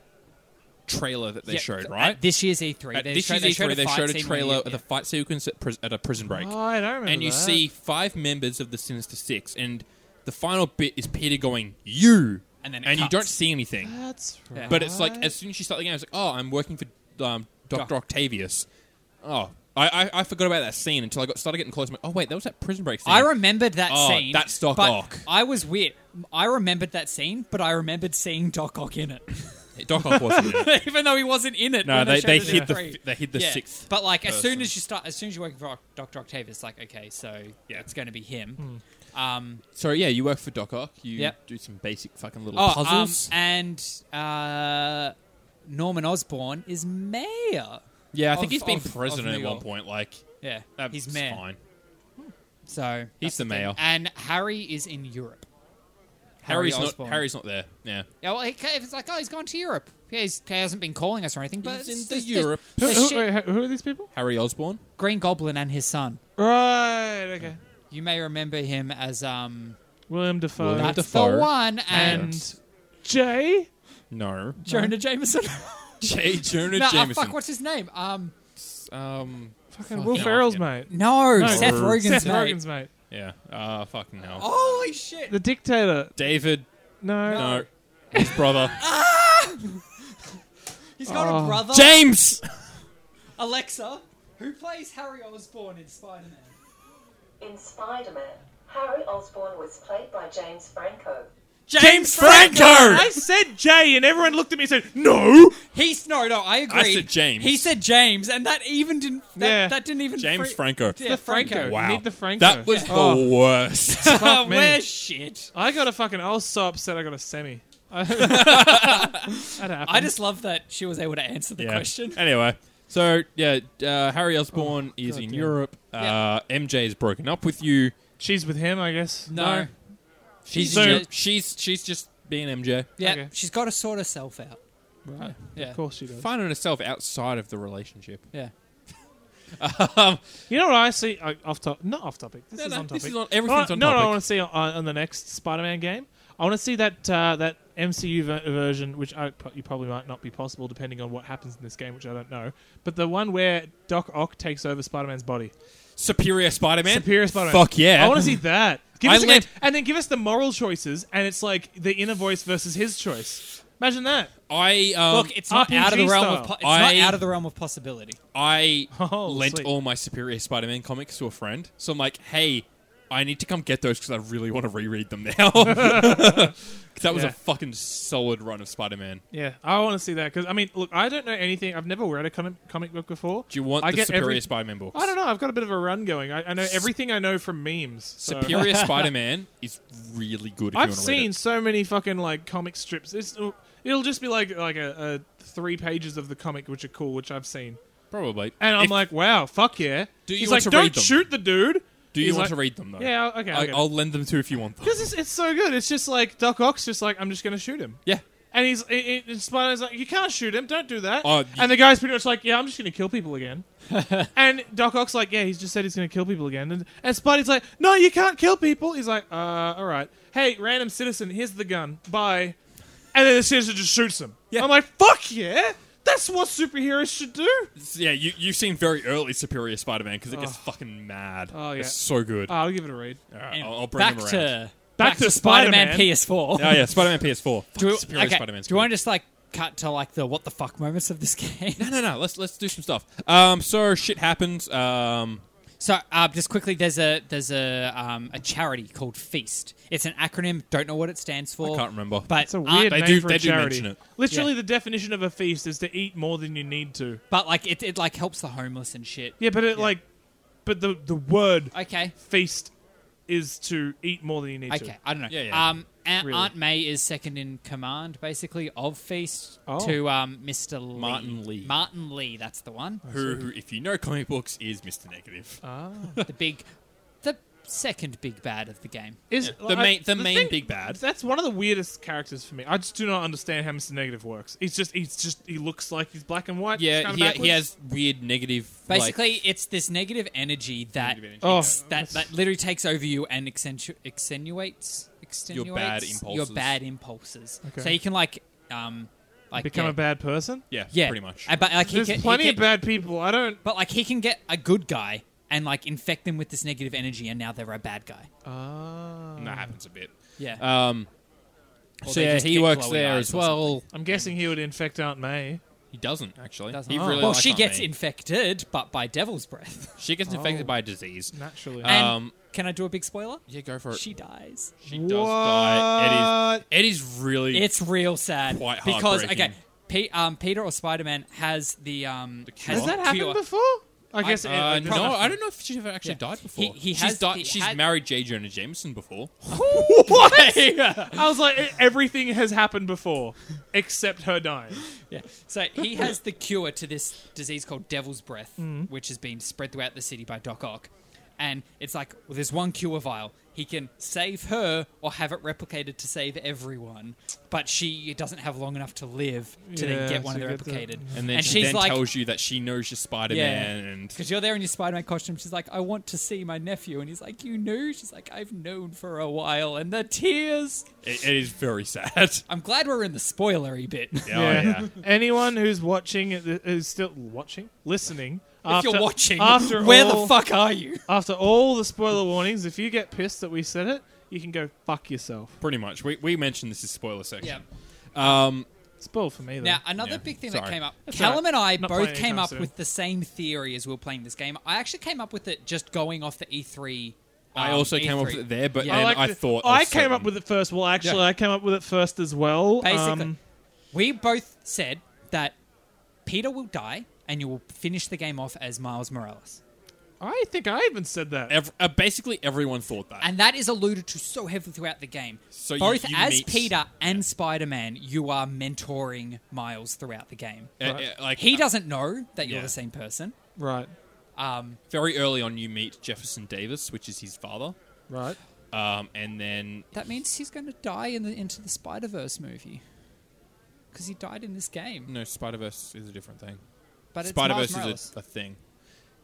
trailer that they
Yeah,
showed,
at
right?
this year's E three.
At this year's E3, they showed a trailer of the fight sequence at, pris- at a prison break,
Oh, I don't remember.
and you
that.
see five members of the Sinister Six, and the final bit is Peter going "you,"
And then it
and you
cuts.
don't see anything.
That's right.
But it's like as soon as you start the game, it's like, oh, I'm working for um, Doctor
Doc.
Octavius. Oh, I, I I forgot about that scene until I got started getting close. I'm like, oh wait, that was that prison break scene.
I remembered that
Oh,
scene.
that's Doc
but
Ock.
I was weird. I remembered that scene, but I remembered seeing Doc Ock in it,
Doc Ock wasn't. in it.
even though he wasn't in it.
No,
when
they-
showed
they
it in
hid the
E3.
f- they hid the
Yeah.
sixth
But like, as soon
person.
as you start, as soon as you're working for Doctor Octavius, like, okay, so yeah, it's going to be him. Um,
So yeah, you work for Doc Ock. You
Yep.
do some basic fucking little
oh, um,
puzzles.
and uh, Norman Osborn is mayor.
yeah, I think
of-
he's been
of- of
president at
New
one
York.
point. Like
Yeah,
that's
he's mayor.
fine.
So
He's
that's
the
thing.
mayor.
and Harry is in Europe. Harry
Harry's not.
Osborn.
Harry's not there. Yeah.
Yeah, well, he, it's like, oh, he's gone to Europe. Yeah, he's, he hasn't been calling us or anything, but
He's
it's-
in the
it's-
Europe.
Who,
the
who-
shit-
wait, who are these people?
Harry Osborn.
Green Goblin and his son.
Right. Okay.
You may remember him as um,
William Defoe
William
that's the
Dafoe.
one and
and Jay.
No.
Jonah Jameson.
J. Jonah
no, ah,
Jameson.
fuck, what's his name? Um,
um.
Fucking Will
hell,
Ferrell's
yeah.
mate.
no,
No,
Seth Rogen's
Seth
mate.
Rogen's mate.
Yeah. Uh. Fucking hell.
Oh.
Holy shit!
The dictator.
David.
No.
No. His brother.
He's got
Oh.
a brother,
James.
Alexa, who plays Harry Osborn in Spider-Man.
In Spider Man, Harry Osborn was played by James Franco.
James Franco.
I said Jay, and everyone looked at me and said, "No."
He's no, no. I agree.
I said James.
He said James, and that even didn't. That,
Yeah.
that didn't even.
James
fre-
Franco.
Yeah, Franco.
Wow.
Need the Franco.
That was the
Oh.
worst.
Oh,
me.
we're shit.
I got a fucking. I was so upset. I got a semi. that happened.
I just love that she was able to answer the
Yeah.
question.
Anyway, so yeah, uh, Harry Osborn is in
goddamn.
Europe. Uh, MJ is broken up with you.
She's with him, I guess.
No.
She's
So-
ju- she's she's just being MJ,
Yeah,
Okay.
she's got to sort herself out.
Right.
Yeah.
Of course she does.
finding herself outside of the relationship. Um,
Yeah.
You know what I see? I, off top, not off topic. This
No,
is
no,
on topic.
this is on- everything's
no,
on
no, No, I
topic.
want to see on, on the next Spider-Man game. I want to see that uh, that MCU ver- version, which I, pro- you probably might not be possible depending on what happens in this game, which I don't know. But the one where Doc Ock takes over Spider-Man's body,
Superior Spider-Man.
Superior Spider-Man.
Fuck yeah.
I want to see that. Give
I
us a game,
let-
and then give us the moral choices, and it's like the inner voice versus his choice. Imagine that.
I um,
Look, it's not
RPG
out of the realm of
style.
po- it's
I-
not out of the realm of possibility.
I
Oh,
lent
sweet.
all my Superior Spider-Man comics to a friend, so I'm like, hey, I need to come get those because I really want to reread them now. 'Cause that was
Yeah.
a fucking solid run of Spider-Man.
Yeah, I want to see that because I mean, look, I don't know anything. I've never read a comic comic book before.
Do you want
I
the
get
Superior
every-
Spider-Man books?
I don't know. I've got a bit of a run going. I, I know everything I know from memes. so-
Superior Spider-Man is really good. If you
I've
wanna
seen
Read it.
so many fucking like comic strips. It's, it'll just be like like a, a three pages of the comic which are cool, which I've seen,
probably,
and I'm
If-
like, wow, fuck yeah.
Do you
He's
want
like,
to
don't
read them?
shoot the dude.
Do you
He's
want
like-
to read them though?
Yeah, okay.
I,
I'll
I'll lend them to you if you want them.
because it's, it's so good. It's just like Doc Ock's just like I'm just gonna shoot him.
Yeah.
And he's i- i- and Spider-Man's like, you can't shoot him. Don't do that.
Oh, y-
and the guy's pretty much like, yeah, I'm just gonna kill people again. and Doc Ock's like, yeah, he's just said he's gonna kill people again. And, and Spidey's like, no, you can't kill people. He's like, uh, all right. Hey, random citizen, here's the gun. Bye. And then the citizen just shoots him. I'm like, fuck yeah. That's what superheroes should do.
Yeah, you you've seen very early Superior Spider-Man because it gets fucking mad.
Oh, yeah.
it's so good.
Oh, I'll give it a read.
All right, I'll, I'll bring
Back
them around.
to
Back to Spider-Man.
PS4.
Oh yeah, Spider-Man PS4.
Do we,
Fuck, Superior
okay,
Spider-Man.
do you want to just like cut to like the what the fuck moments of this game?
No, no, no. Let's let's do some stuff. Um, so shit happens. Um,
So, uh, just quickly, there's a there's a um, a charity called Feast. It's an acronym. Don't know what it stands for.
I can't remember.
But
It's a
uh,
weird
they
name
do-
for
they
a
do
charity.
mention it.
Literally,
Yeah.
the definition of a feast is to eat more than you need to.
but like it, it like helps the homeless and shit.
Yeah, but it like, but the the word
Okay.
feast is to eat more than you need to.
Okay. I don't know.
Yeah, yeah.
Um, Aunt,
Really.
Aunt May is second in command, basically, of Feast
Oh.
to um, Mr. Lee.
Martin Lee.
Martin Lee. That's the one.
who, who, if you know comic books, is Mister Negative.
the big, the second big bad of the game.
Is
the main the, main
thing-
big bad.
That's one of the weirdest characters for me. I just do not understand how Mr. Negative works. He's just he's just he looks like he's black and white. just
Yeah,
kinda
he, he
backwards.
has weird negative. like-
Basically, it's this negative energy that
Negative energy.
Oh.
ex- that that literally takes over you and accentu- accentuates extenuates
bad
Your
impulses.
bad impulses.
Okay.
So you can like um like
become
yeah,
a bad person.
yeah,
yeah,
pretty much.
Uh, But like he
There's
can, he
plenty
can-
of bad people. I don't.
But like he can get a good guy and like infect them with this negative energy, and now they're a bad guy.
ah.
And that happens a bit.
Yeah.
Um,
Or
so
they
yeah,
just
he
get
works
glowy
there
eyes
as
or something.
well.
I'm guessing he would infect Aunt May.
He doesn't actually.
Doesn't-
He
Oh.
really
well,
likes
she
Aunt
gets
May.
infected, but by devil's breath.
She gets infected by a disease.
Naturally.
And
Um,
can I do a big spoiler?
yeah, go for it.
She dies.
She does die.
What?
It is. It is really.
It's real sad
Quite
because okay,
heartbreaking.
Pe- um, Peter or Spider Man has the um
cure.
Has
Has
has the
that happened
cure.
before? I guess. it-
Uh,
it-
no, I don't know if she's ever actually
Yeah.
died before.
He- he
she's
has-
died,
he
she's
had-
married J. Jonah Jameson before.
What? I was like, e-, everything has happened before, except her dying.
Yeah. So he has
Mm.
the cure to this disease called Devil's Breath, which has been spread throughout the city by Doc Ock. and it's like well, there's one cure vial. He can save her or have it replicated to save everyone, but she doesn't have long enough to live to
Yeah,
then get one
to
of them
get the-
replicated.
And then she
she's
then
like,
tells you that she knows you're Spider Man. And
because you're there in your Spider-Man costume. She's like, "I want to see my nephew," and he's like, "You knew?" She's like, "I've known for a while," and the tears.
it, it is very sad.
I'm glad we're in the spoilery bit.
Oh, yeah.
Anyone who's watching, uh, who's still watching, listening.
if you're watching,
after
where
all-
the fuck are you?
After all the spoiler warnings, if you get pissed that we said it, you can go fuck yourself.
Pretty much. We, we mentioned this is spoiler section. Um,
Spoil for me though.
Now, another
Yeah,
big thing that
sorry.
came up.
That's
Callum
all right.
and I
Not playing
both came
anytime
up
soon.
with the same theory as we were playing this game. I actually came up with it just going off the E3.
I
um,
also came up with
E3.
it there, but
Yeah.
then
I
I,
like the-
thought.
I
of
came up
certain-
with it first. Well, actually,
Yeah.
I came up with it first as well.
Basically,
Um,
we both said that Peter will die, and you will finish the game off as Miles Morales.
I think I even said that.
Ev- uh, basically, everyone thought that.
And that is alluded to so heavily throughout the game.
So you-
Both
you
as
meet-
Peter and Spider Man, you are mentoring Miles throughout the game.
Uh, uh, like
He
uh,
doesn't know that you're
Yeah.
the same person.
right,
Um,
very early on. You meet Jefferson Davis, which is his father,
right.
um, and then
that means he's going to die in the Into the Spider Verse movie. Because he died in this game.
no Spider Verse is a different thing.
But it's
Spider
Miles
Verse
Morales.
is a, a thing.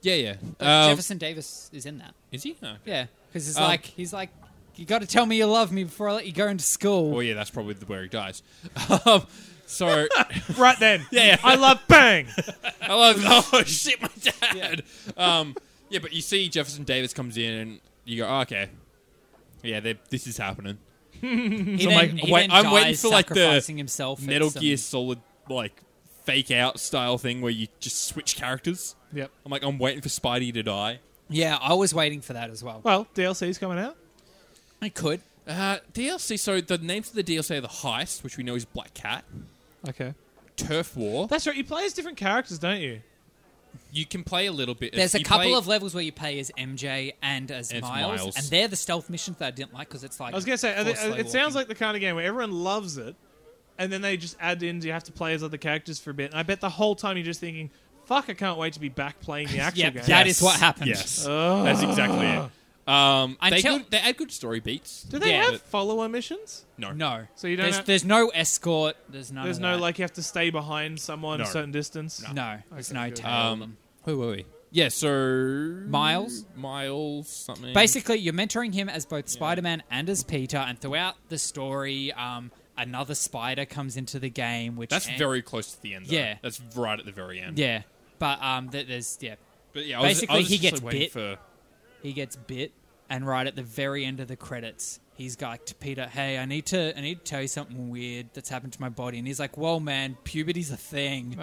Yeah, yeah.
But
Um,
Jefferson Davis is in that.
is he? No.
Yeah. Because he's
Um,
like, he's like, you got to tell me you love me before I let you go into school.
Well, yeah, that's probably the- where he dies. Um, so
Right then.
Yeah.
I love bang.
I love. Oh shit, my dad. Um, yeah, but you see Jefferson Davis comes in, and you go, oh, okay, yeah, they- this is happening.
He
I'm
then-
like,
he
wait-
then
I'm waiting
dies
for, like, the
sacrificing himself at
Metal
some-
Gear Solid like fake out style thing where you just switch characters.
yep.
I'm like, I'm waiting for Spidey to die.
Yeah, I was waiting for that as well.
Well, DLC's coming out.
I could.
Uh, DLC. So the names of the DLC are the Heist, which we know is Black Cat,
Okay.
Turf War.
That's right. You play as different characters, don't you?
You can play a little bit.
There's a
You
couple
play-
of levels where you play as MJ and as
As
Miles,
Miles.
and they're the stealth missions that I didn't like because it's like
I was gonna say, are they-
forced slow
it sounds
walking.
like the kind of game where everyone loves it, and then they just add in you have to play as other characters for a bit. And I bet the whole time you're just thinking, "Fuck, I can't wait to be back playing the actual
Yep,
game."
that is what happened.
Yes, that's exactly it. Um, they,
Until-
good, they add good story beats.
Do they
Yeah.
have follower missions?
No,
no.
So you don't
There's,
have-
there's no escort. There's none.
There's
of
no
that.
like you have to stay behind someone
No.
a certain distance.
No, there's
Okay,
no
good.
tail.
Um, Mm. who were we? Yeah, so
Miles?
Miles, something.
Basically, you're mentoring him as both Spider-Man and as Peter, and throughout the story, um, another spider comes into the game. Which
that's
and-
very close to the end. Though.
Yeah.
that's right at the very end.
yeah. But um, th- there's yeah,
but yeah, I was,
Basically,
I was
he
just
gets
waiting
bit.
for.
he gets bit and right at the very end of the credits he's like to peter hey i need to i need to tell you something weird that's happened to my body and he's like well man puberty's a thing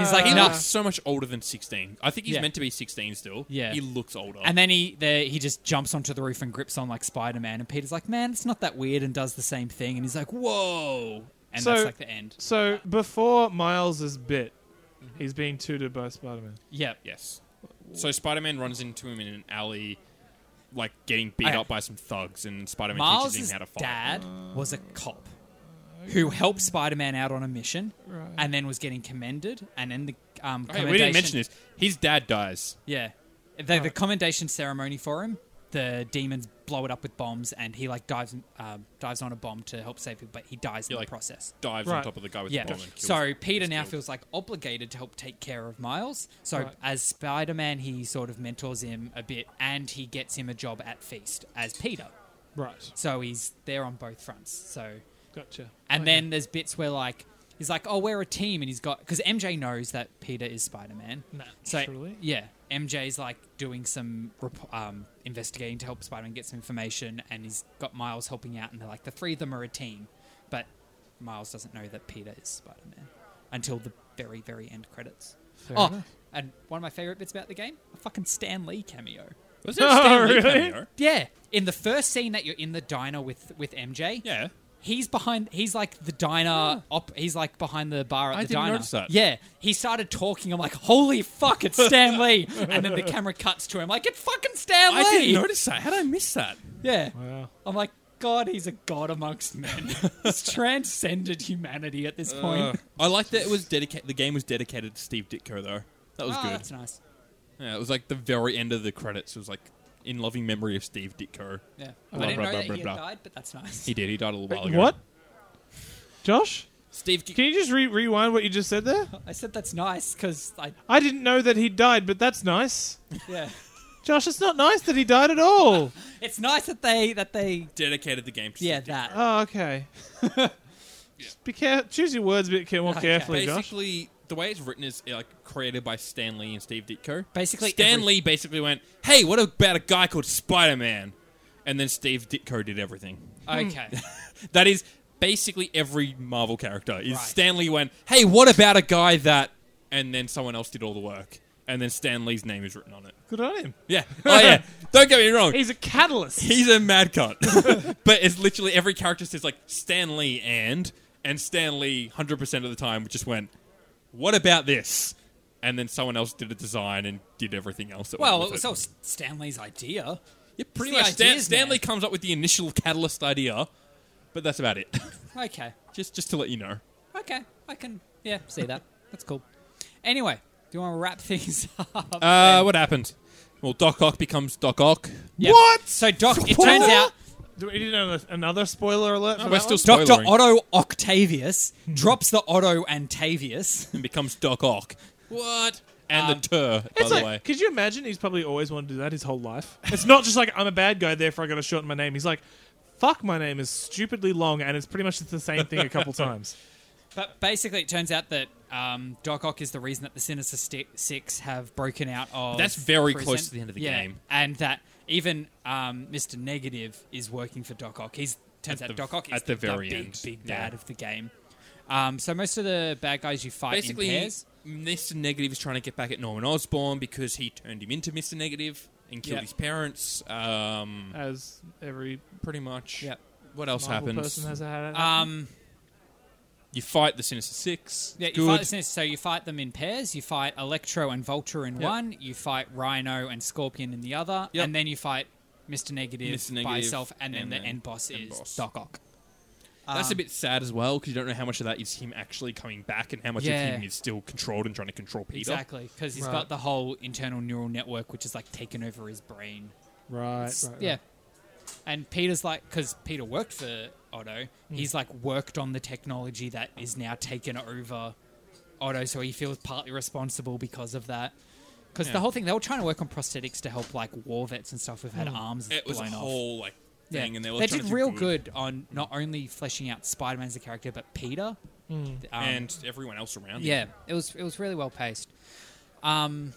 he's like
He
"No."
looks so much older than 16. I think he's
Uh, Yeah.
meant to be 16 still.
Yeah.
He looks older.
and then he the, he just jumps onto the roof and grips on like spider-man and peter's like man it's not that weird and does the same thing and he's like whoa and
So-
that's like the end
So before Miles is bit, he's being tutored by Spider-Man.
yeah
yes. So Spider Man runs into him in an alley, like getting beat
Okay.
up by some thugs, and Spider Man teaches him
Miles'
how to fight. Uh,
dad was a cop who helped Spider-Man out on a mission,
Right.
and then was getting commended. And then the um,
Okay, we didn't
commendation-
mention this. His dad dies.
Yeah. The, the commendation ceremony for him, the demons blow it up with bombs, and he like dives um, dives on a bomb to help save people, but he dies
He
in
like
the process.
dives on
Right.
top of the guy with
Yeah.
the bomb and kills
So Peter
is
now
killed.
feels like obligated to help take care of Miles. So
Right.
as Spider Man, he sort of mentors him a bit, and he gets him a job at Feast as Peter.
Right.
So he's there on both fronts. So
Gotcha.
and
Okay.
then there's bits where like he's like, "Oh, we're a team," and he's got because MJ knows that Peter is Spider
Hmm.
Man.
Naturally.
So yeah, MJ's like doing some rep- um, investigating to help Spider Man get some information, and he's got Miles helping out, and they're like, the three of them are a team, but Miles doesn't know that Peter is Spider Man until the very very end credits.
Fair
oh,
enough.
and one of my favorite bits about the game, a fucking Stan Lee cameo.
Was there a Stan
Oh,
Lee
really?
cameo?
Yeah, in the first scene that you're in the diner with with MJ,
Yeah.
He's behind. He's like the diner. Op, he's like behind the bar at
I
the
didn't
diner.
notice that.
Yeah, he started talking. I'm like, holy fuck, it's Stan Lee. And then the camera cuts to him. Like, it's fucking Stan Lee.
I didn't notice that. How did I miss that?
Yeah.
Wow.
I'm like, God, he's a god amongst men. he's transcended humanity at this
Uh,
point.
I like that it was dedicated. The game was dedicated to Steve Ditko though. That was
Ah,
good.
That's nice.
Yeah, it was like the very end of the credits. It was like in loving memory of Steve Ditko.
Yeah.
Blah,
I didn't
blah, blah,
know that
blah,
he
blah.
had died, but that's nice.
He did. He died a little while ago.
What? Josh,
Steve. G-
can you just re- rewind what you just said there?
I said that's nice because I,
I didn't know that he died, but that's nice.
yeah,
Josh, it's not nice that he died at all.
it's nice that they that they
dedicated the game to
yeah
Steve Ditko.
that.
Oh, okay. Just be care- choose your words a bit care- more
Okay.
carefully, Josh.
Basically, the way it's written is uh, like created by Stan Lee and Steve Ditko.
Basically
Stan
every-
Lee basically went, "Hey, what about a guy called Spider Man?" And then Steve Ditko did everything.
Okay,
That is basically every Marvel character. Is
Right.
Stan Lee went, "Hey, what about a guy that?" And then someone else did all the work, and then Stan Lee's name is written on it.
Good on him.
Yeah. Oh yeah. Don't get me wrong.
He's a catalyst.
He's a mad cunt. but it's literally every character says like Stan Lee and and Stan Lee 100% of the time just went, "What about this?" And then someone else did a design and did everything else. That
well,
went
it
with
was all S- Stanley's idea.
yeah, pretty
it's
much
the
Stan,
ideas,
Stan
man.
Lee comes up with the initial catalyst idea, but that's about it.
Okay,
just just to let you know.
okay, I can yeah see that. That's cool. Anyway, do you want to wrap things up?
Uh, what happened? Well, Doc Ock becomes Doc Ock.
Yeah. So Doc, it turns out
Do we need another, another spoiler alert? for
we're
that
still
one?
sp-
Doctor
Spoilering.
Otto Octavius drops the Otto Antavius.
and becomes Doc Ock. What? And
Um,
the Tur, by
It's
the
like,
way.
could you imagine? He's probably always wanted to do that his whole life. It's not just like I'm a bad guy, therefore I got to shorten my name. He's like, fuck, my name is stupidly long, and it's pretty much the same thing a couple times.
But basically, it turns out that um, Doc Ock is the reason that the Sinister Sti- Six have broken out of.
That's very
prison.
close to the end of the
Yeah,
game.
and that even um, Mister Negative is working for Doc Ock. He's turns
At
out
the-
Doc Ock is
at the very
big,
end.
big
Yeah.
bad of the game. Um, so most of the bad guys you fight
basically
in pairs.
Mr. Negative is trying to get back at Norman Osborn because he turned him into Mr. Negative and killed
Yep.
his parents. Um,
As every
pretty much.
Yep.
What else
Marvel
happens?
person has had. it.
Um,
you fight the Sinister Six.
yeah,
Good.
you fight the Sinister. So you fight them in pairs. You fight Electro and Vulture in one. You fight Rhino and Scorpion in the other,
Yep.
and then you fight Mister Negative,
Mr. Negative
by himself, and,
and
then
then
the end boss
end
is
boss.
Doc Ock.
That's a bit sad as well because you don't know how much of that is him actually coming back and how much
Yeah.
of him is still controlled and trying to control Peter.
Exactly, because he's got the whole internal neural network, which is like taken over his brain.
right, right, right.
Yeah, and Peter's like, because Peter worked for Otto, he's like worked on the technology that is now taken over Otto, so he feels partly responsible because of that. Because
Yeah.
the whole thing, they were trying to work on prosthetics to help like war vets and stuff who've had arms
It was a
blown off.
whole like thing, and they, were trying
did
to do
real good. on not only fleshing out Spider-Man as a character, but Peter Um,
and everyone else around.
yeah,
him.
it was it was really well paced. Um,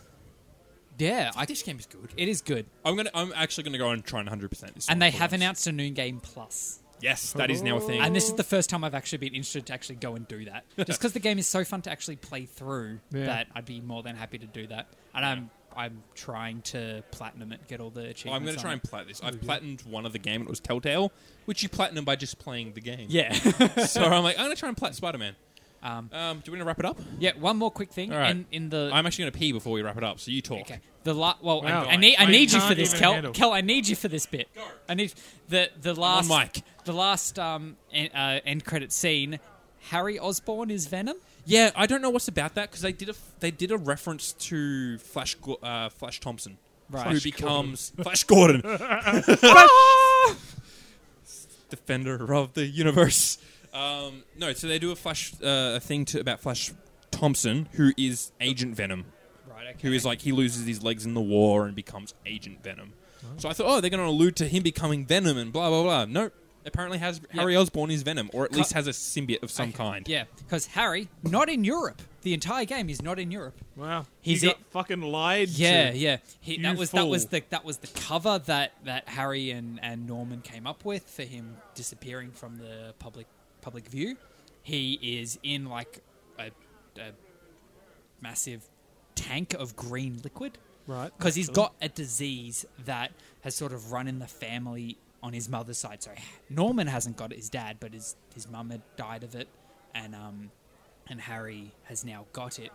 yeah, I,
this game is good. Oh,
it is good,
I'm gonna. I'm actually gonna go and try and 100 percent this. one
and they
for
have
once.
announced a new game plus.
Yes, that is now a thing.
And this is the first time I've actually been interested to actually go and do that, just because the game is so fun to actually play through.
Yeah.
That I'd be more than happy to do that, and I'm I'm trying to platinum it, get all the achievements.
Well, Oh, I'm going to
on
try
it.
and plat this. I've platinumed one of the game, and it was Telltale, which you platinum by just playing the game.
yeah.
so I'm like, I'm going to try and plat Spider Man.
Um,
Um, do we want to wrap it up?
yeah. One more quick thing
All right.
in in the
I'm actually going to pee before we wrap it up, so you talk.
Okay. The la- well,
Wow.
I, I need I
I
need you for
can't
this,
even
Kel.
handle.
Kel, I need you for this bit. I need the the last
mic.
the last um en- uh, end credit scene. Harry Osborne is Venom.
Yeah, I don't know what's about that because they did a they did a reference to Flash Go- uh, Flash Thompson,
Right.
who
Flash
becomes Flash Gordon, defender of the universe. Um, no, so they do a Flash uh, a thing to, about Flash Thompson, who is Agent Venom.
Right. Okay.
who is like he loses his legs in the war and becomes Agent Venom. So I thought, oh, they're going to allude to him becoming Venom and blah blah blah. Nope. Apparently, has Harry Osborn is Venom, or at least has a symbiote of some kind.
Yeah, because Harry not in Europe. The entire game is not in Europe.
Wow.
He's
you got
it.
fucking lied.
Yeah,
to.
yeah. He,
You
that was that was
fool.
the that was the cover that that Harry and and Norman came up with for him disappearing from the public public view. He is in like a, a massive tank of green liquid
Right.
because he's
Cool.
got a disease that has sort of run in the family on his mother's side. So Norman hasn't got it, his dad, but his his mum had died of it, and um, and Harry has now got it,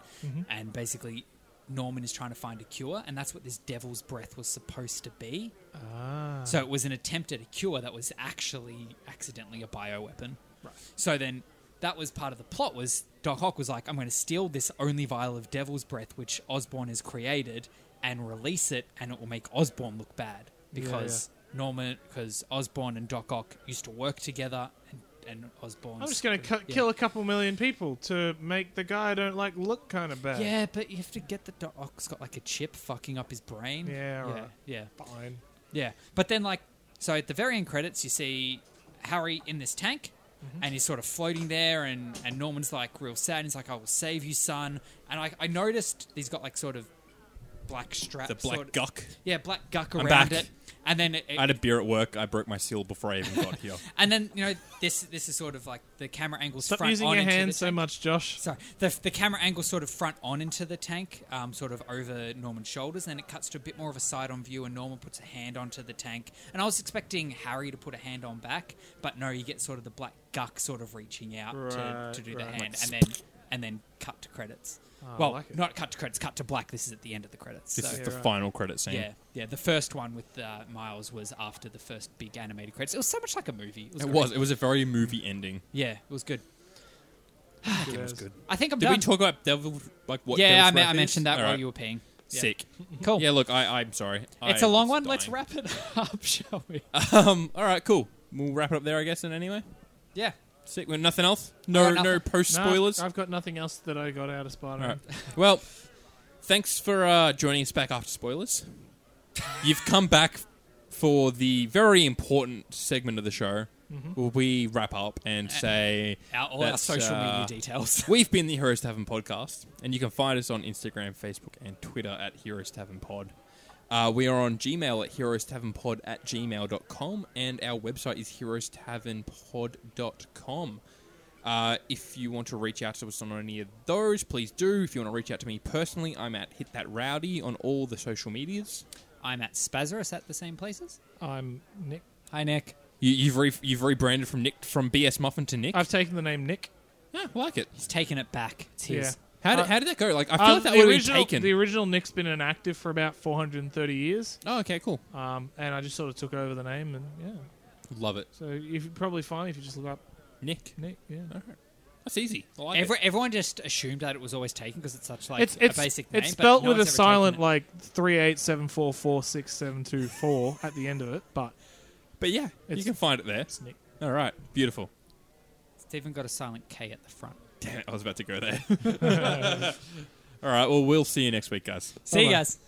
and basically Norman is trying to find a cure, and that's what this devil's breath was supposed to be.
Ah.
So it was an attempt at a cure that was actually accidentally a bioweapon. Right. So then that was part of the plot was Doc Ock was like, I'm going to steal this only vial of devil's breath which Osborne has created and release it, and it will make Osborne look bad because Norman, because Osborne and Doc Ock used to work together, and, and Osborne.
I'm just going to cu- kill a couple million people to make the guy I don't like look kind of bad.
Yeah, but you have to get the Doc Ock's got like a chip fucking up his brain.
Yeah,
yeah,
right.
yeah.
Fine.
Yeah, but then like, so at the very end credits, you see Harry in this tank,
Mm-hmm.
and he's sort of floating there, and and Norman's like real sad. And he's like, "I will save you, son." And I I noticed he's got like sort of black strap,
The
sort
black
of-
guck.
yeah, black guck
I'm
around
back.
it, and then it,
I had a beer at work. I broke my seal before I even got here.
and then you know this this is sort of like the camera angles
Stop
front
using
on
your
into the
hands so
tank.
much, Josh.
Sorry, the, the camera angle sort of front on into the tank, um, sort of over Norman's shoulders, and then it cuts to a bit more of a side on view, and Norman puts a hand onto the tank. And I was expecting Harry to put a hand on back, but no, you get sort of the black guck sort of reaching out to,
Right,
to do the
right. Oh,
hand,
Like
and then and then cut to credits.
I
well,
like it.
not cut to credits, cut to black. This is at the end of the credits.
This
so.
is the
right.
final credit scene.
yeah, yeah. The first one with uh, Miles was after the first big animated credits. It was so much like a movie. It was.
It
great.
was. It was a very movie ending.
Yeah, it was good.
Good as.
I think I'm
Did
done.
we talk about Devil? Like what?
yeah, I,
Devil's
me-
Breath
I
is?
mentioned that
All
while
right.
you were peeing. Yeah.
sick.
Cool.
Yeah, look, I, I'm sorry.
It's
a
a long one. Let's wrap it up, shall we?
Um, all right, cool. We'll wrap it up there, I guess. In anyway,
yeah.
sick. Well, nothing else.
All
No,
right,
no
nothing.
post
No,
spoilers.
I've got nothing else that I got out of
all
Spider-Man.
right. Well, thanks for uh, joining us back after spoilers. You've come back for the very important segment of the show, where we wrap up and say
Mm-hmm. Our, all our
that's,
social
uh,
media details.
We've been the Heroes Tavern podcast, and you can find us on Instagram, Facebook, and Twitter at Heroes Tavern Pod. Uh, we are on Gmail at Heroes Tavern Pod at gmail.com, and our website is Heroes Tavern Pod.com. Uh, if you want to reach out to us on any of those, please do. If you want to reach out to me personally, I'm at Hit That Rowdy on all the social medias.
I'm at Spazarus at the same places.
I'm Nick.
Hi, Nick.
You, you've re- you've rebranded from Nick from BS Muffin to Nick.
I've taken the name Nick.
yeah, I like it.
He's taking it back. It's his.
Yeah.
How did,
Uh,
how did that go? Like I feel
Uh,
like that
the
would be
original,
taken.
the original Nick's been inactive for about 430 years,
oh, okay, cool.
um, and I just sort of took over the name, and yeah.
Love it,
So you could probably find if you just look up
Nick.
Nick. Yeah.
That's easy. I like
Every, everyone just assumed that it was always taken because it's such like
it's it's
a basic name.
it's
but
spelt
no
with a
one's ever taken
silent
it.
like three eight seven four four six seven two four at the end of it, but
But yeah, you
It's-
can find it there.
it's Nick.
All right, beautiful.
It's even got a silent K at the front.
Damn it, I was about to go there. All right, well, we'll see you next week, guys.
See you
Bye-bye.
guys.